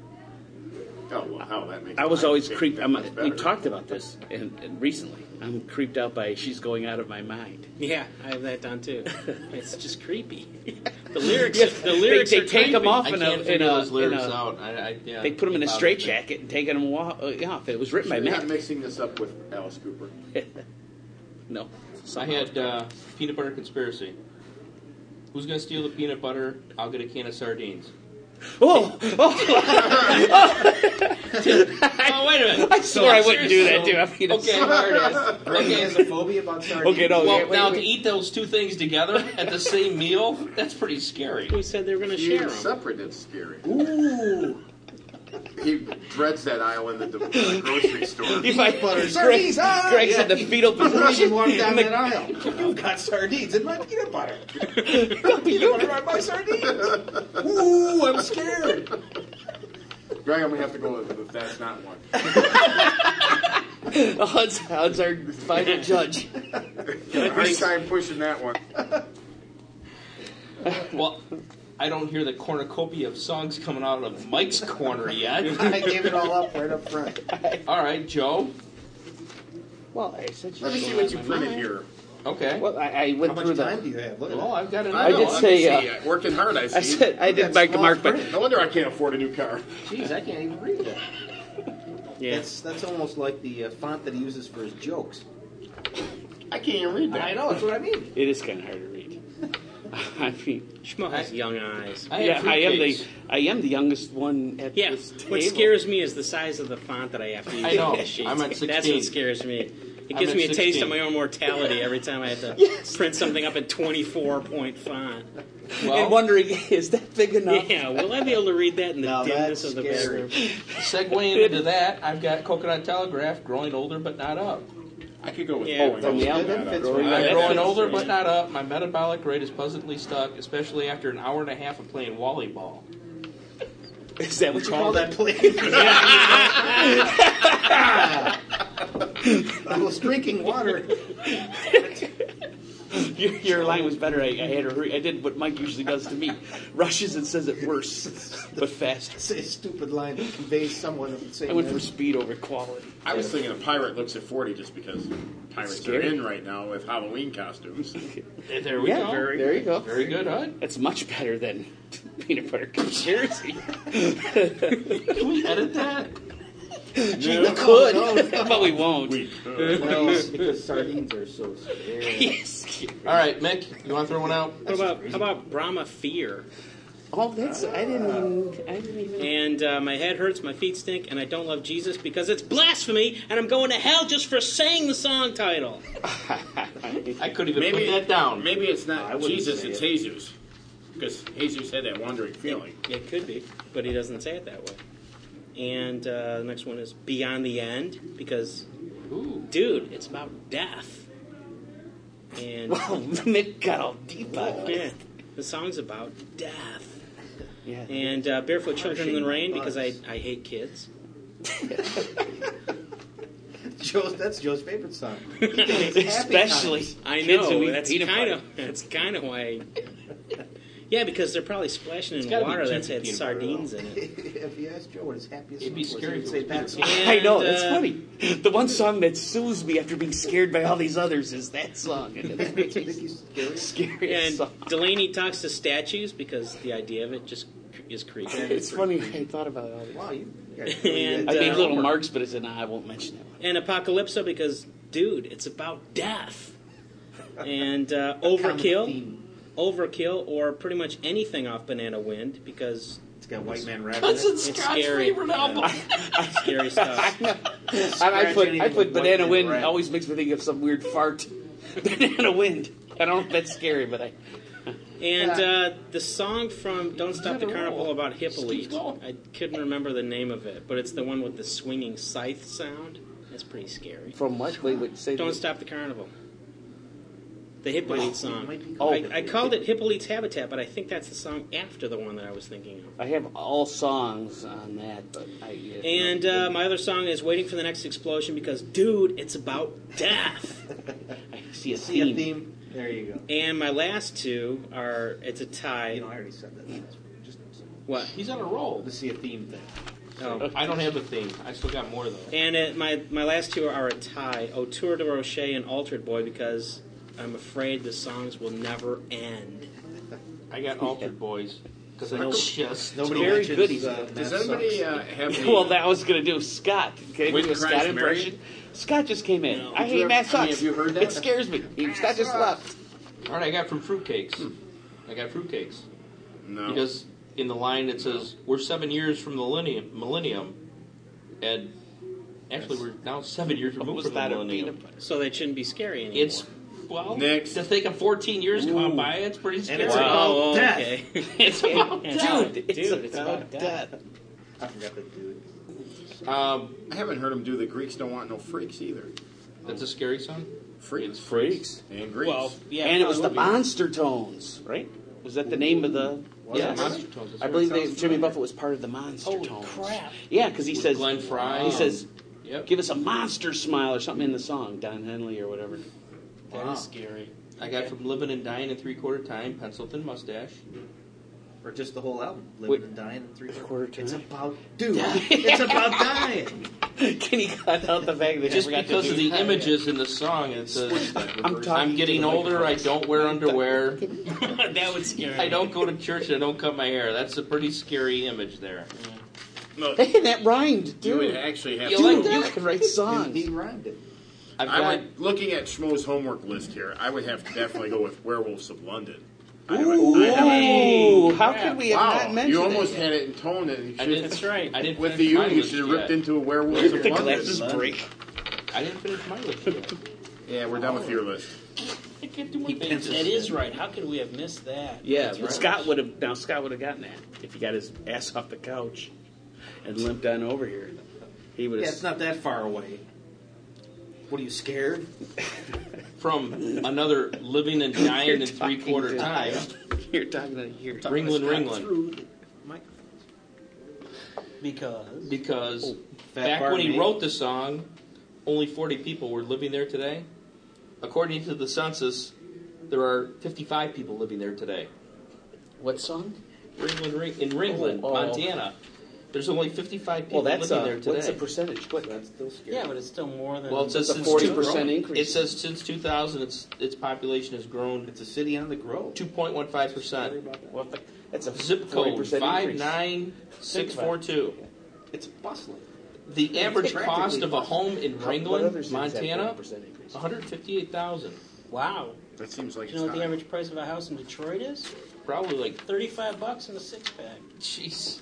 S3: Oh well, how that makes.
S2: I was
S3: my
S2: always
S3: pick
S2: creeped.
S3: that
S2: I'm,
S3: much
S2: we
S3: better.
S2: talked about this and, and recently. I'm creeped out by she's going out of my mind.
S4: yeah, I have that down too. It's just creepy. The lyrics, the
S2: They-
S4: lyrics,
S2: they,
S4: are
S2: take them
S4: creepy.
S2: off
S1: I
S2: in
S1: can't
S2: a, in
S1: figure
S2: a-
S1: those
S2: in
S1: lyrics
S2: a-
S1: out. I, I, yeah,
S2: They put them in a
S1: Bothers me.
S2: straitjacket and taken them wa- uh, off. It was written by
S3: You're not
S2: Matt.
S3: mixing this up with Alice Cooper.
S2: No,
S1: I had uh, peanut butter conspiracy. Who's gonna steal the peanut butter? I'll get a can of sardines.
S2: Oh,
S1: <laughs> Oh wait a minute!
S2: I swore I wouldn't do that, dude. I mean, it's-
S1: Okay, hard <laughs> ass.
S5: Greg
S1: Okay.
S5: has a <laughs> phobia about sardines.
S2: Okay, no.
S1: Well,
S2: wait, wait,
S1: now
S2: wait.
S1: to eat those two things together at the same meal—that's pretty scary.
S4: Who said they were going to share
S3: Eating
S4: them?
S3: separate is scary. Ooh. He dreads that aisle in the, the grocery <laughs> store.
S2: If I, Greg,
S5: Sardines, ah!
S2: Greg said the fetal
S5: She
S2: position.
S5: walked down that aisle. You've got sardines in my peanut butter. peanut butter on my sardines. Ooh, I'm scared.
S3: Greg, I'm gonna have to go with with that's not <laughs> one.
S2: Hud's, Hud's our final judge.
S3: Hard time pushing that one.
S1: Well, I don't hear the cornucopia of songs coming out of Mike's corner <laughs> yet.
S5: I gave it all up right up <laughs> front.
S1: All right, Joe.
S2: Well, I said you
S3: Let me
S2: go
S3: see
S2: on
S3: what you
S2: my
S3: printed
S2: mind.
S3: here.
S1: Okay.
S2: Well, I, I
S5: How
S2: went through
S5: much
S2: the.
S5: time do you have? Look at
S1: Oh,
S5: that.
S1: I've got
S2: I
S1: another
S2: did
S1: one.
S2: say.
S3: See,
S2: Uh,
S3: uh, working hard, I see.
S2: I said I did Mike
S5: small
S2: DeMarc, but
S5: print.
S3: no wonder I can't afford a new car.
S5: Jeez, I can't even read <laughs> that.
S4: Yeah.
S5: That's that's almost like the uh, font that he uses for his jokes.
S3: I can't even read that.
S5: I know, that's what I mean.
S2: it is kind of hard to read. <laughs> I mean,
S4: Schmo has young eyes.
S1: I
S2: yeah,
S1: have
S2: I am
S1: fruitcakes.
S2: the I am the youngest one at
S4: Yeah,
S2: this table.
S4: what scares me is the size of the font that I have to use.
S1: I know.
S4: on the sheets.
S1: I'm
S4: <laughs>
S1: at
S4: That's
S1: 16.
S4: what scares me. It
S1: I'm
S4: gives
S1: at
S4: me a taste
S1: 16.
S4: of my own mortality every time I have to print something up in 24 point font.
S1: Well,
S2: and wondering <laughs> is that big enough?
S4: Yeah, will I be able to read that in the
S5: Now
S4: dimness
S5: Oh, that's
S4: of the
S5: scary.
S4: bedroom?
S1: segueing into that, I've got Coconut Telegraph, growing older but not up.
S3: I could go with
S4: Yeah,
S3: Boeing.
S2: from the
S3: Yeah,
S2: album.
S3: that
S5: Fits
S3: fits
S5: right
S3: right
S1: I'm
S2: that
S3: in.
S1: growing
S2: fits
S1: older
S2: right
S1: but
S2: in.
S1: not up. My metabolic rate is pleasantly stuck, especially after an hour and a half of playing volleyball.
S2: Is that what you
S5: Call
S2: call that?
S5: that please. <laughs> I was drinking water.
S2: Your, your line was better. I, I had to hurry. I did what Mike usually does to me: rushes and says it worse, but faster.
S5: It's a stupid line that conveys someone of the same.
S2: I went for
S5: message.
S2: speed over quality.
S3: I was thinking a pirate looks at 40 just because pirates are
S2: Scary.
S3: in right now with Halloween costumes.
S1: Eh, There we go.
S2: Very, there you go.
S1: Very good, Hud.
S2: That's much better than <laughs> peanut butter
S4: <laughs>
S2: conspiracy.
S1: Can we edit that?
S2: Gee, we could, but we won't.
S3: We, uh,
S5: <laughs> Well, because sardines are so scary.
S2: Yes.
S1: All right, Mick, you want to throw one out?
S4: What about, how about Brahma Fear?
S2: Oh, that's I didn't. Even, I didn't even.
S4: And uh, my head hurts, my feet stink, and I don't love Jesus because it's blasphemy, and I'm going to hell just for saying the song title.
S1: I could even
S3: maybe
S1: put that down.
S3: Maybe it's not
S5: wouldn't
S3: Jesus,
S5: say
S3: it's
S5: it.
S3: Jesus. Because Jesus had that wandering feeling.
S4: It could be, but he doesn't say it that way. And uh, the next one is Beyond the End because, dude, it's about death. And
S2: Wow, Mick got all deep on
S4: <laughs> yeah,
S2: it.
S4: the song's about death.
S2: Yeah.
S4: And uh, Barefoot Children in the Rain because I,
S5: bugs.
S4: I hate kids.
S5: Joe's, that's Joe's favorite song.
S2: Especially
S4: I
S2: kids
S4: know
S2: who eat
S4: that's
S2: peanut
S4: kind
S2: butter.
S4: of that's kind of why. <laughs> yeah, because they're probably splashing in
S1: gotta be
S4: water that's
S1: juicy
S4: had
S1: peanut butter,
S4: sardines in
S1: <laughs>
S4: it.
S5: if you ask Joe what his happiest
S1: It'd be
S5: song
S1: scary
S5: was, he'd say
S1: if it
S5: that
S1: was
S5: song.
S2: I know,
S4: And,
S2: that's
S4: uh,
S2: funny. The one song that soothes me after being scared by all these others is that song. And it's <laughs>
S5: You think he's scary?
S2: scariest
S4: And
S2: song.
S4: Delaney talks to statues because the idea of it just cr- is
S1: <laughs>
S4: creepy.
S2: It's funny when I thought about all these.
S5: Wow, you guys
S4: And,
S5: really
S2: I
S4: uh,
S5: did-
S2: made little marks, but I said, nah, I won't mention that one.
S4: and Apocalypso because, dude, it's
S2: <laughs>
S4: about
S1: <laughs>
S4: death. And uh, Overkill,
S5: theme.
S4: Overkill, or pretty much anything off Banana Wind because
S5: It's got White
S1: <laughs>
S5: Man Rabbit.
S1: That's
S5: in
S1: in
S5: it.
S1: Scott's
S4: scary.
S1: favorite
S4: Yeah.
S1: album.
S4: <laughs> Scary
S1: <laughs>
S4: stuff.
S2: And I put I
S5: anything
S2: put
S5: with white
S2: banana
S5: and
S2: wind.
S5: red.
S2: Always makes me think of some weird fart. banana wind. I don't know if that's scary, but I.
S4: And uh, the song from Don't Stop the Carnival about Hippolyte.
S1: going.
S4: I couldn't remember the name of it, but it's the one with the swinging scythe sound. That's pretty scary.
S2: From what? Wait, wait. Say.
S4: Don't Stop the Carnival. The Hippolyte song.
S2: Oh.
S4: I, I called it Hippolyte's Habitat, but I think that's the song after the one that I was thinking of.
S2: I have all songs uh, on that, but I. yeah,
S4: And uh, my other song is Waiting for the Next Explosion because, dude, it's about death.
S5: <laughs>
S2: I see a
S5: See a
S2: theme.
S5: theme? There you go.
S4: and my last two are, it's a tie.
S5: You know, I already said that. That's Just
S4: what?
S1: He's on a roll.
S5: to see a theme thing.
S1: <laughs>
S4: Oh.
S1: I don't have a theme. I still got more though.
S4: And uh my, my last two are a tie, Autour de Roche and Altered Boy, because I'm afraid the songs will never end.
S1: I got Altered Boys because I
S5: No-
S1: just
S5: Nobody
S2: very
S5: mentions,
S2: good, he's-
S5: Uh,
S3: Does
S5: Matt
S3: anybody
S5: Sucks.
S3: uh, have any,
S2: Well, that I was gonna do Scott. Can I
S3: When
S2: do a Scott
S3: Christ
S2: impression? Scott just came in. I
S3: Did
S2: hate
S3: you
S2: Matt
S3: ever- I mean,
S2: Sucks.
S3: have you heard that?
S2: It scares me. He, Scott just left.
S1: All right, I got from Fruitcakes.
S2: Hmm.
S1: I got Fruitcakes
S3: <laughs> No.
S1: because in the line it says we're seven years from the millennium, millennium, and actually we're now seven years
S2: What
S1: removed
S2: was
S1: from the
S2: that? A
S1: millennium.
S2: peanut butter?
S4: So they shouldn't be scary anymore.
S1: It's well,
S3: Next.
S1: it's taken 14 years to come by. It's pretty
S5: And
S1: scary.
S5: it's
S4: oh,
S5: about death.
S4: okay.
S1: <laughs> It's about
S2: <laughs> Dude, it's,
S4: Dude, it's
S2: about,
S4: about
S3: uh,
S2: death.
S5: I forgot the dude.
S1: Um,
S3: I haven't heard him do the Greeks don't want no freaks either.
S1: that's a scary song.
S3: Freaks
S2: Freaks.
S3: and Greeks.
S4: Well, yeah.
S2: and it was the
S4: probably would
S2: Monster Tones, right? Was that the name of the?
S1: Yeah,
S2: Yes.
S1: Monster Tones. that's
S2: I
S1: right.
S2: believe they, Jimmy Buffett was part of the Monster
S4: Holy
S2: Tones.
S4: crap.
S2: Yeah, because he
S1: With
S2: says
S1: Glenn Fry.
S2: He says,
S1: Yep.
S2: "Give us a monster smile" or something in the song, Don Henley or whatever. That
S1: Wow.
S2: is scary.
S1: I got from Living and Dying in Three Quarter Time, Pencil Thin Mustache.
S5: Or just the whole album, Living
S2: Wait.
S5: and Dying in Three
S2: Quarter
S5: It's
S2: Time.
S5: about,
S2: <laughs>
S5: dude, it's about dying.
S2: Can you cut out the fact that
S1: Just
S2: I forgot
S1: because
S2: to
S1: of
S2: do
S1: the images in the song, it says,
S2: I'm talking
S1: I'm getting
S2: to the
S1: older, I don't wear underwear,
S4: scare- that would scare
S1: I
S4: me.
S1: don't go to church, and I don't cut my hair. That's a pretty scary image there.
S3: no,
S2: Hey, <laughs> that rhymed,
S3: <laughs> you would
S2: dude.
S3: actually have
S1: You
S3: to.
S1: like
S2: Dude, you can write
S5: He
S2: songs.
S5: rhymed it.
S1: I've
S3: I
S1: got,
S3: would, looking at Schmo's homework list here, I would have to definitely go with Werewolves of London. I haven't- I haven't-
S2: Ooh, how could we have
S3: wow,
S2: not mentioned
S3: you
S2: that
S3: almost
S2: yet?
S3: had it in tone. And you
S1: I
S3: should-
S1: didn't,
S4: That's right.
S1: I didn't
S3: with the
S1: finish my
S3: union, you
S1: list
S3: should have ripped
S1: yet.
S3: into a Werewolves of
S2: the
S3: London.
S2: glasses break.
S1: I didn't finish my list yet.
S3: Yeah, we're done with your list.
S1: I can't do more
S4: That
S1: things.
S4: is right. How could we have missed that?
S2: Yeah,
S4: That's
S2: but
S4: right.
S2: Scott would have now Scott would have gotten that if he got his ass off the couch and limped on over here. He would
S5: Yeah,
S2: have.
S5: it's not that far away. What are you scared?
S1: From another Living and Dying in Three Quarter Time,
S2: You're talking to here.
S1: Ringling Ringling.
S5: Through the microphone. Because.
S1: Because
S2: Oh,
S5: Fat
S1: back when he
S5: Barney.
S1: wrote the song, only 40 people were living there today. According to the census, there are 55 people living there today.
S2: What song?
S1: Ringling, Ring, in Ringland,
S2: Oh, oh.
S1: Montana, there's only 55
S2: Well,
S1: people
S2: that's
S1: living
S2: uh,
S1: there
S2: what's the
S1: today.
S2: percentage? What?
S4: Yeah, but it's still more than.
S1: well, it says
S2: It's a
S1: since
S2: 40%
S1: two-
S2: increase.
S1: It says since 2000, its its population has grown
S5: It's a city on the grove.
S1: 2.15 percent.
S2: What the- That's a
S1: Zip
S2: 40%
S1: code
S2: increase.
S1: five nine six four two.
S5: It's bustling.
S1: The average
S5: practically
S1: cost of a home in
S2: How- what other
S1: Ringland,
S2: cities have
S1: Montana,
S2: 40% increase?
S1: one hundred fifty-eight thousand.
S4: wow.
S3: That seems like
S4: You know
S3: it's
S4: what the
S3: high.
S4: average price of a house in Detroit is?
S1: Probably like,
S4: Thirty-five bucks in a six-pack.
S2: <laughs>
S1: jeez.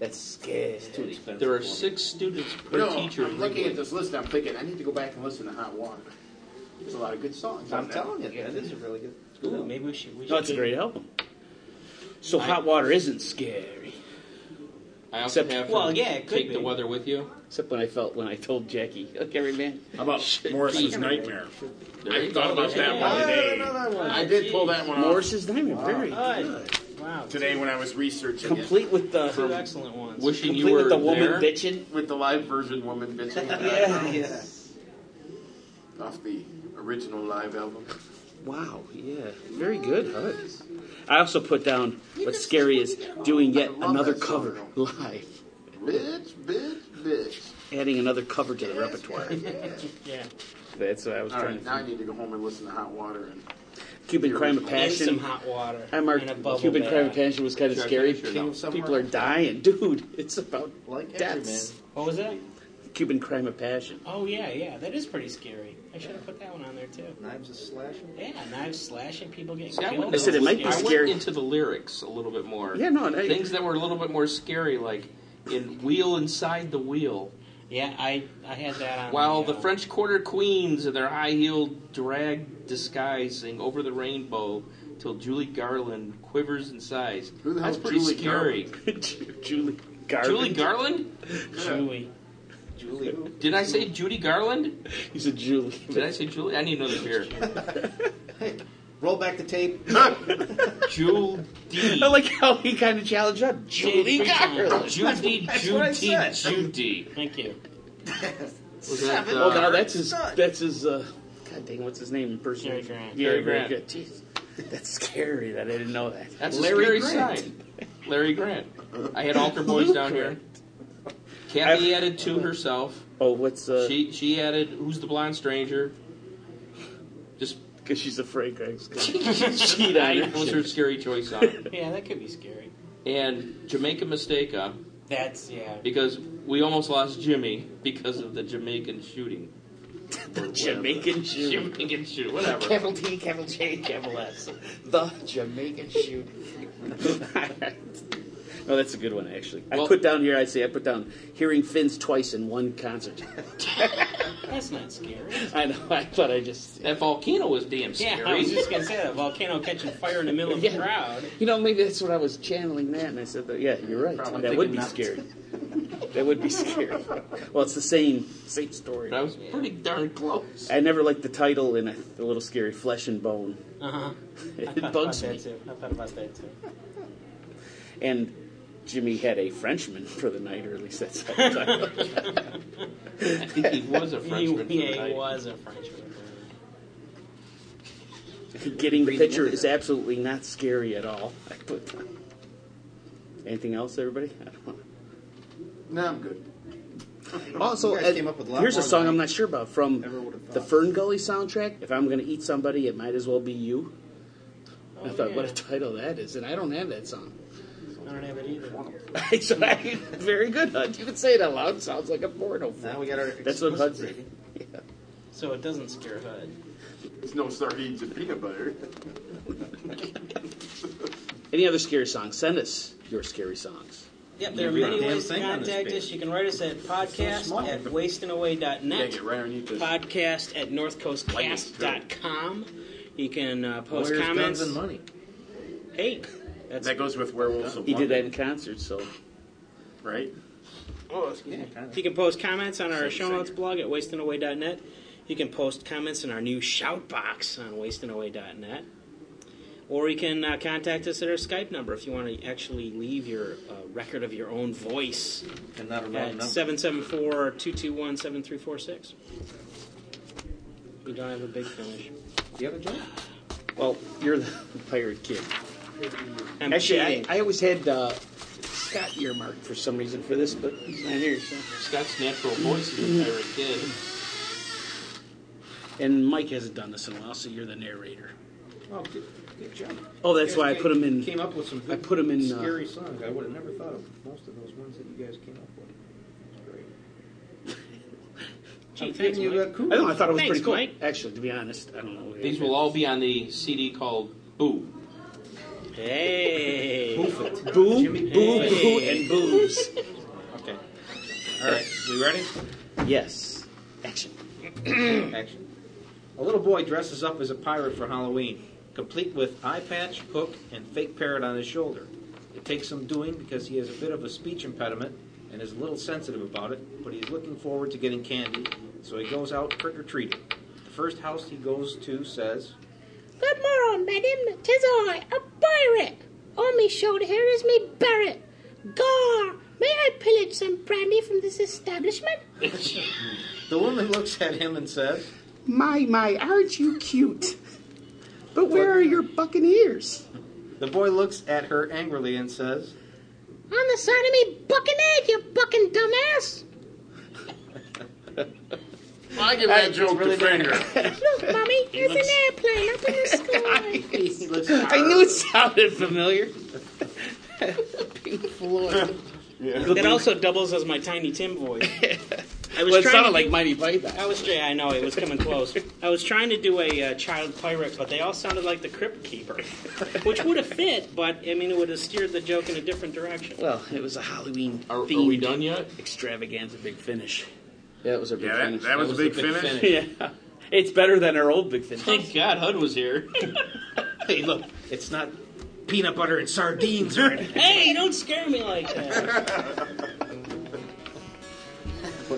S2: That's scary. It's too expensive.
S1: There are six students per
S3: You know,
S1: teacher.
S3: I'm
S1: in
S3: looking at
S1: Ringling.
S3: this list and I'm thinking, I need to go back and listen to Hot Water. There's a lot of good songs.
S5: I'm
S3: on that.
S5: telling you, that is a really good.
S4: Ooh, maybe we should. We should
S2: No, it's a
S4: do-
S2: great album. So hot water isn't scary,
S1: I also
S2: Except-
S1: have
S4: well,
S1: from
S4: yeah, it could
S1: take
S4: be.
S1: the weather with you.
S2: except when I felt when I told Jackie, "Look, every man."
S3: How about Morris's Nightmare? I thought about that one
S4: Yeah.
S3: today. I did pull
S2: Uh,
S3: that one off
S2: Morris's Nightmare, very
S4: Good. Wow.
S3: today when I was researching it.
S2: complete with the
S4: Two excellent ones.
S1: Wishing you
S2: complete
S1: were
S2: with the woman
S1: there. <laughs>
S2: bitching.
S3: With the live version woman bitching
S5: Yeah.
S3: off the original live album.
S2: <laughs> Wow, yeah, very good. Hud. I also put down what's scary is doing yet
S3: I love
S2: another
S3: that song,
S2: cover <laughs> live,
S3: Bitch, bitch, bitch. <laughs>
S2: adding another cover to the repertoire.
S4: Yeah.
S2: That's what I was
S3: All
S2: trying
S3: right,
S2: to
S3: now I need to go home and listen to Hot Water. And
S2: think. Cuban Crime of
S4: And some
S2: Passion.
S4: hot water.
S2: I marked
S4: and a bubble
S2: Cuban
S4: bath.
S2: Crime of Passion was kind of
S1: Should I
S2: scary.
S1: finish or
S2: <laughs>
S1: no?
S2: People are dying, dude. It's about
S5: Like every
S2: deaths.
S4: What was that?
S2: Cuban Crime of Passion.
S4: Oh yeah, yeah, that is pretty scary. I should have put that one on there too.
S5: Knives is slashing.
S4: Yeah, knives slashing people getting
S1: See, I
S4: killed.
S1: went,
S2: I said it might be
S1: I went
S2: scary.
S1: into the lyrics a little bit more.
S2: Yeah, no, and I-
S1: things that were a little bit more scary, like in "Wheel Inside the Wheel."
S4: Yeah, I I had that on.
S1: While the
S4: uh,
S1: French Quarter queens in their high-heeled drag disguise sing "Over the Rainbow" till Julie Garland quivers in size.
S3: Who the
S1: That's
S3: hell's
S1: pretty
S3: Julie
S1: scary.
S2: <laughs> Julie Garland.
S1: Julie Garland?
S4: Julie.
S5: Julie. who?
S1: Did I say Judy Garland?
S2: He said Julie.
S1: Did I say Julie? I need another beer.
S5: Roll back the tape.
S1: Judy.
S2: I like how he kind of challenged up Julie Garland.
S1: Judy.
S5: That's what I said.
S1: Judy. Judy.
S4: Thank you.
S1: Was that,
S5: Seven.
S1: uh,
S2: Well, now that's his.
S5: Son.
S2: That's his. Uh, God dang, what's his name? impersonation?
S4: Cary Grant.
S2: Yeah,
S1: Cary
S2: very
S1: Grant.
S2: good. Jeez, that's scary. That I didn't know that.
S1: That's
S5: Larry
S1: a scary
S5: Grant.
S1: sign. Larry Grant. I had altar boys down here. Kathy added two herself.
S2: Oh, what's uh?
S1: She she added who's the blonde stranger. Just
S2: Because she's afraid, Greg's
S1: <laughs> cheat
S2: on
S1: was her scary choice song.
S4: Yeah, that could be scary.
S1: And Jamaica mistake up
S4: That's yeah.
S1: because we almost lost Jimmy because of the Jamaican shooting.
S2: the Jamaican shoot.
S1: Jamaican shoot, whatever.
S2: Capital T, capital J, capital S. The Jamaican shoot. <laughs> No, that's a good one actually. I
S1: Well-
S2: put down here. I say I put down hearing Finns twice in one concert. <laughs>
S4: That's not scary.
S2: I know, I but I just
S1: That volcano was damn
S4: Yeah,
S1: scary.
S4: I was just gonna say that volcano catching fire in the middle of a
S2: Yeah.
S4: crowd.
S2: You know, maybe that's what I was channeling that, and I said, that, "Yeah, you're right.
S3: Probably
S2: that would
S3: thinking
S2: be
S3: not.
S2: scary. <laughs> that would be scary." Well, it's the same same story.
S1: But I was pretty darn close.
S2: I never liked the title in a, a little scary flesh and bone.
S4: Uh huh.
S2: <laughs> It bugs
S4: that
S2: me.
S4: too. I thought about that too.
S2: And Jimmy had a Frenchman for the night, or at least that's how the title.
S1: I think he was a Frenchman.
S4: He,
S1: for the
S4: yeah, he
S1: night.
S4: was a Frenchman.
S2: <laughs> Getting the picture is absolutely not scary at all. I put that. Anything else, everybody? I don't know.
S3: No, I'm good.
S2: Also,
S5: You guys
S2: uh,
S5: came up with a lot
S2: here's a
S5: more
S2: song
S5: than
S2: I'm
S5: I
S2: not sure about from
S5: ever would've
S2: the
S5: thought.
S2: Fern Gully soundtrack. If I'm going to eat somebody, it might as well be you.
S4: Oh,
S2: I thought, what a title that is, and I don't have that song.
S4: I don't have it
S2: <laughs>
S4: either.
S2: so I, very good, Hud. You can say it out loud. Sounds like a porno. film.
S5: Now we got our.
S2: That's what Hud
S5: explicit
S2: said.
S5: rating.
S4: So it doesn't scare HUD.
S3: There's no sardines and peanut butter.
S2: Any other scary songs? Send us your scary songs.
S4: Yep, there are
S5: Every
S4: many
S5: damn
S4: ways to
S5: thing on this
S4: contact
S5: page.
S4: us. You can write us at podcast
S5: small.
S4: at wastingaway.net,
S3: Dang it, right underneath this.
S4: podcast at northcoastcast.com. You can uh, post
S5: Lawyers,
S4: comments.
S5: guns, and money.
S4: Hey, that's
S3: That goes with werewolves. of
S2: He did that
S3: London,
S2: in concert, so
S3: right?
S5: Yeah, kind of.
S4: You can post comments on our show
S3: singer.
S4: notes blog at wastingaway.net. You can post comments in our new shout box on wastingaway.net. Or you can uh, contact us at our Skype number if you want to actually leave your uh, record of your own voice
S5: And not a round
S4: at
S5: number.
S4: 774 221 7346. We don't have a big finish.
S5: Do you have a joke?
S2: well, you're the pirate kid.
S4: I'm
S2: Actually, I,
S4: cheating.
S2: I always had uh, Scott earmarked for some reason for this, but he's not here. So.
S1: Scott's natural voice is a pirate kid.
S2: And Mike hasn't done this in a while, so you're the narrator.
S5: Oh, good, good job.
S2: Oh, that's
S5: You
S2: why I
S5: guys
S2: put him in.
S5: Came up with some.
S2: I
S5: Good,
S2: put 'em in, uh,
S5: scary songs. I would have never thought of most of those ones that you guys came up with. It's great.
S2: <laughs>
S4: Gee,
S5: I'm
S4: thanks,
S5: giving you
S4: Mike.
S5: a cool.
S2: I don't know. I thought it was
S4: Thanks,
S2: pretty cool.
S4: Mike.
S2: Actually, to be honest, I don't know.
S1: These will all be on the CD called Boo.
S4: Hey.
S2: boo, boo, boo,
S4: Hey.
S2: and boobs.
S5: Okay. All right. We ready?
S2: yes. Action.
S5: Action. A little boy dresses up as a pirate for Halloween, complete with eye patch, hook, and fake parrot on his shoulder. It takes some doing because he has a bit of a speech impediment and is a little sensitive about it, but he's looking forward to getting candy, so he goes out trick or treating. The first house he goes to says,
S10: Good morrow, madam. Tis I, a pirate. On me shoulder here is me barret. Gar, may I pillage some brandy from this establishment?
S5: The woman <laughs> looks at him and says,
S2: My, my, aren't you cute? But where are your buccaneers?
S5: The boy looks at her angrily and says,
S10: On the side of me bucking egg, you bucking dumbass.
S3: I give that joke
S5: really
S3: the finger.
S10: Look, mommy, there's an airplane up in the sky.
S4: <laughs>
S5: He looks
S2: I knew it sounded familiar. Pink Floyd. <laughs>
S4: That also doubles as my Tiny Tim voice. I was
S2: well, it
S4: trying
S2: sounded
S4: to
S2: like
S4: do-
S2: Mighty Python.
S4: I was trying. I know it was coming close. I was trying to do a uh, child pirate, but they all sounded like the Crypt Keeper, which would have fit. But I mean, it would have steered the joke in a different direction.
S2: Well, it was a Halloween
S1: Are, are
S2: themed
S1: we done yet?
S2: extravaganza big finish. <laughs> Yeah, it was a big
S3: Yeah, that,
S2: finish.
S3: that was a big, finish.
S2: yeah. It's better than our old big finish.
S1: Thank God Hud was here.
S11: Hey, look, it's not peanut butter and sardines or anything.
S4: Hey, don't scare me like that.
S3: <laughs>
S2: <laughs>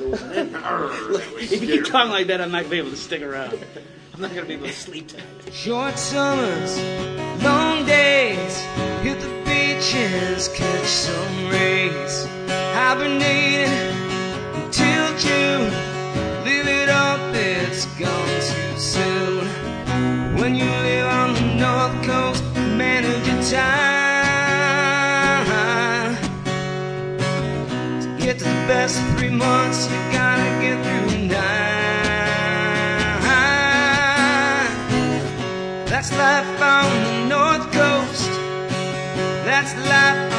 S2: if you keep talking like that, I'm not gonna be able to stick around.
S11: I'm not going to be able to sleep tonight.
S6: Short summers, long days, hit the beaches, catch some rays. Hibernate until June, live it up, it's gone too soon. When you live on the North Coast, manage your time. To get to the best of three months, you gotta get through nine. That's life on the North Coast. That's life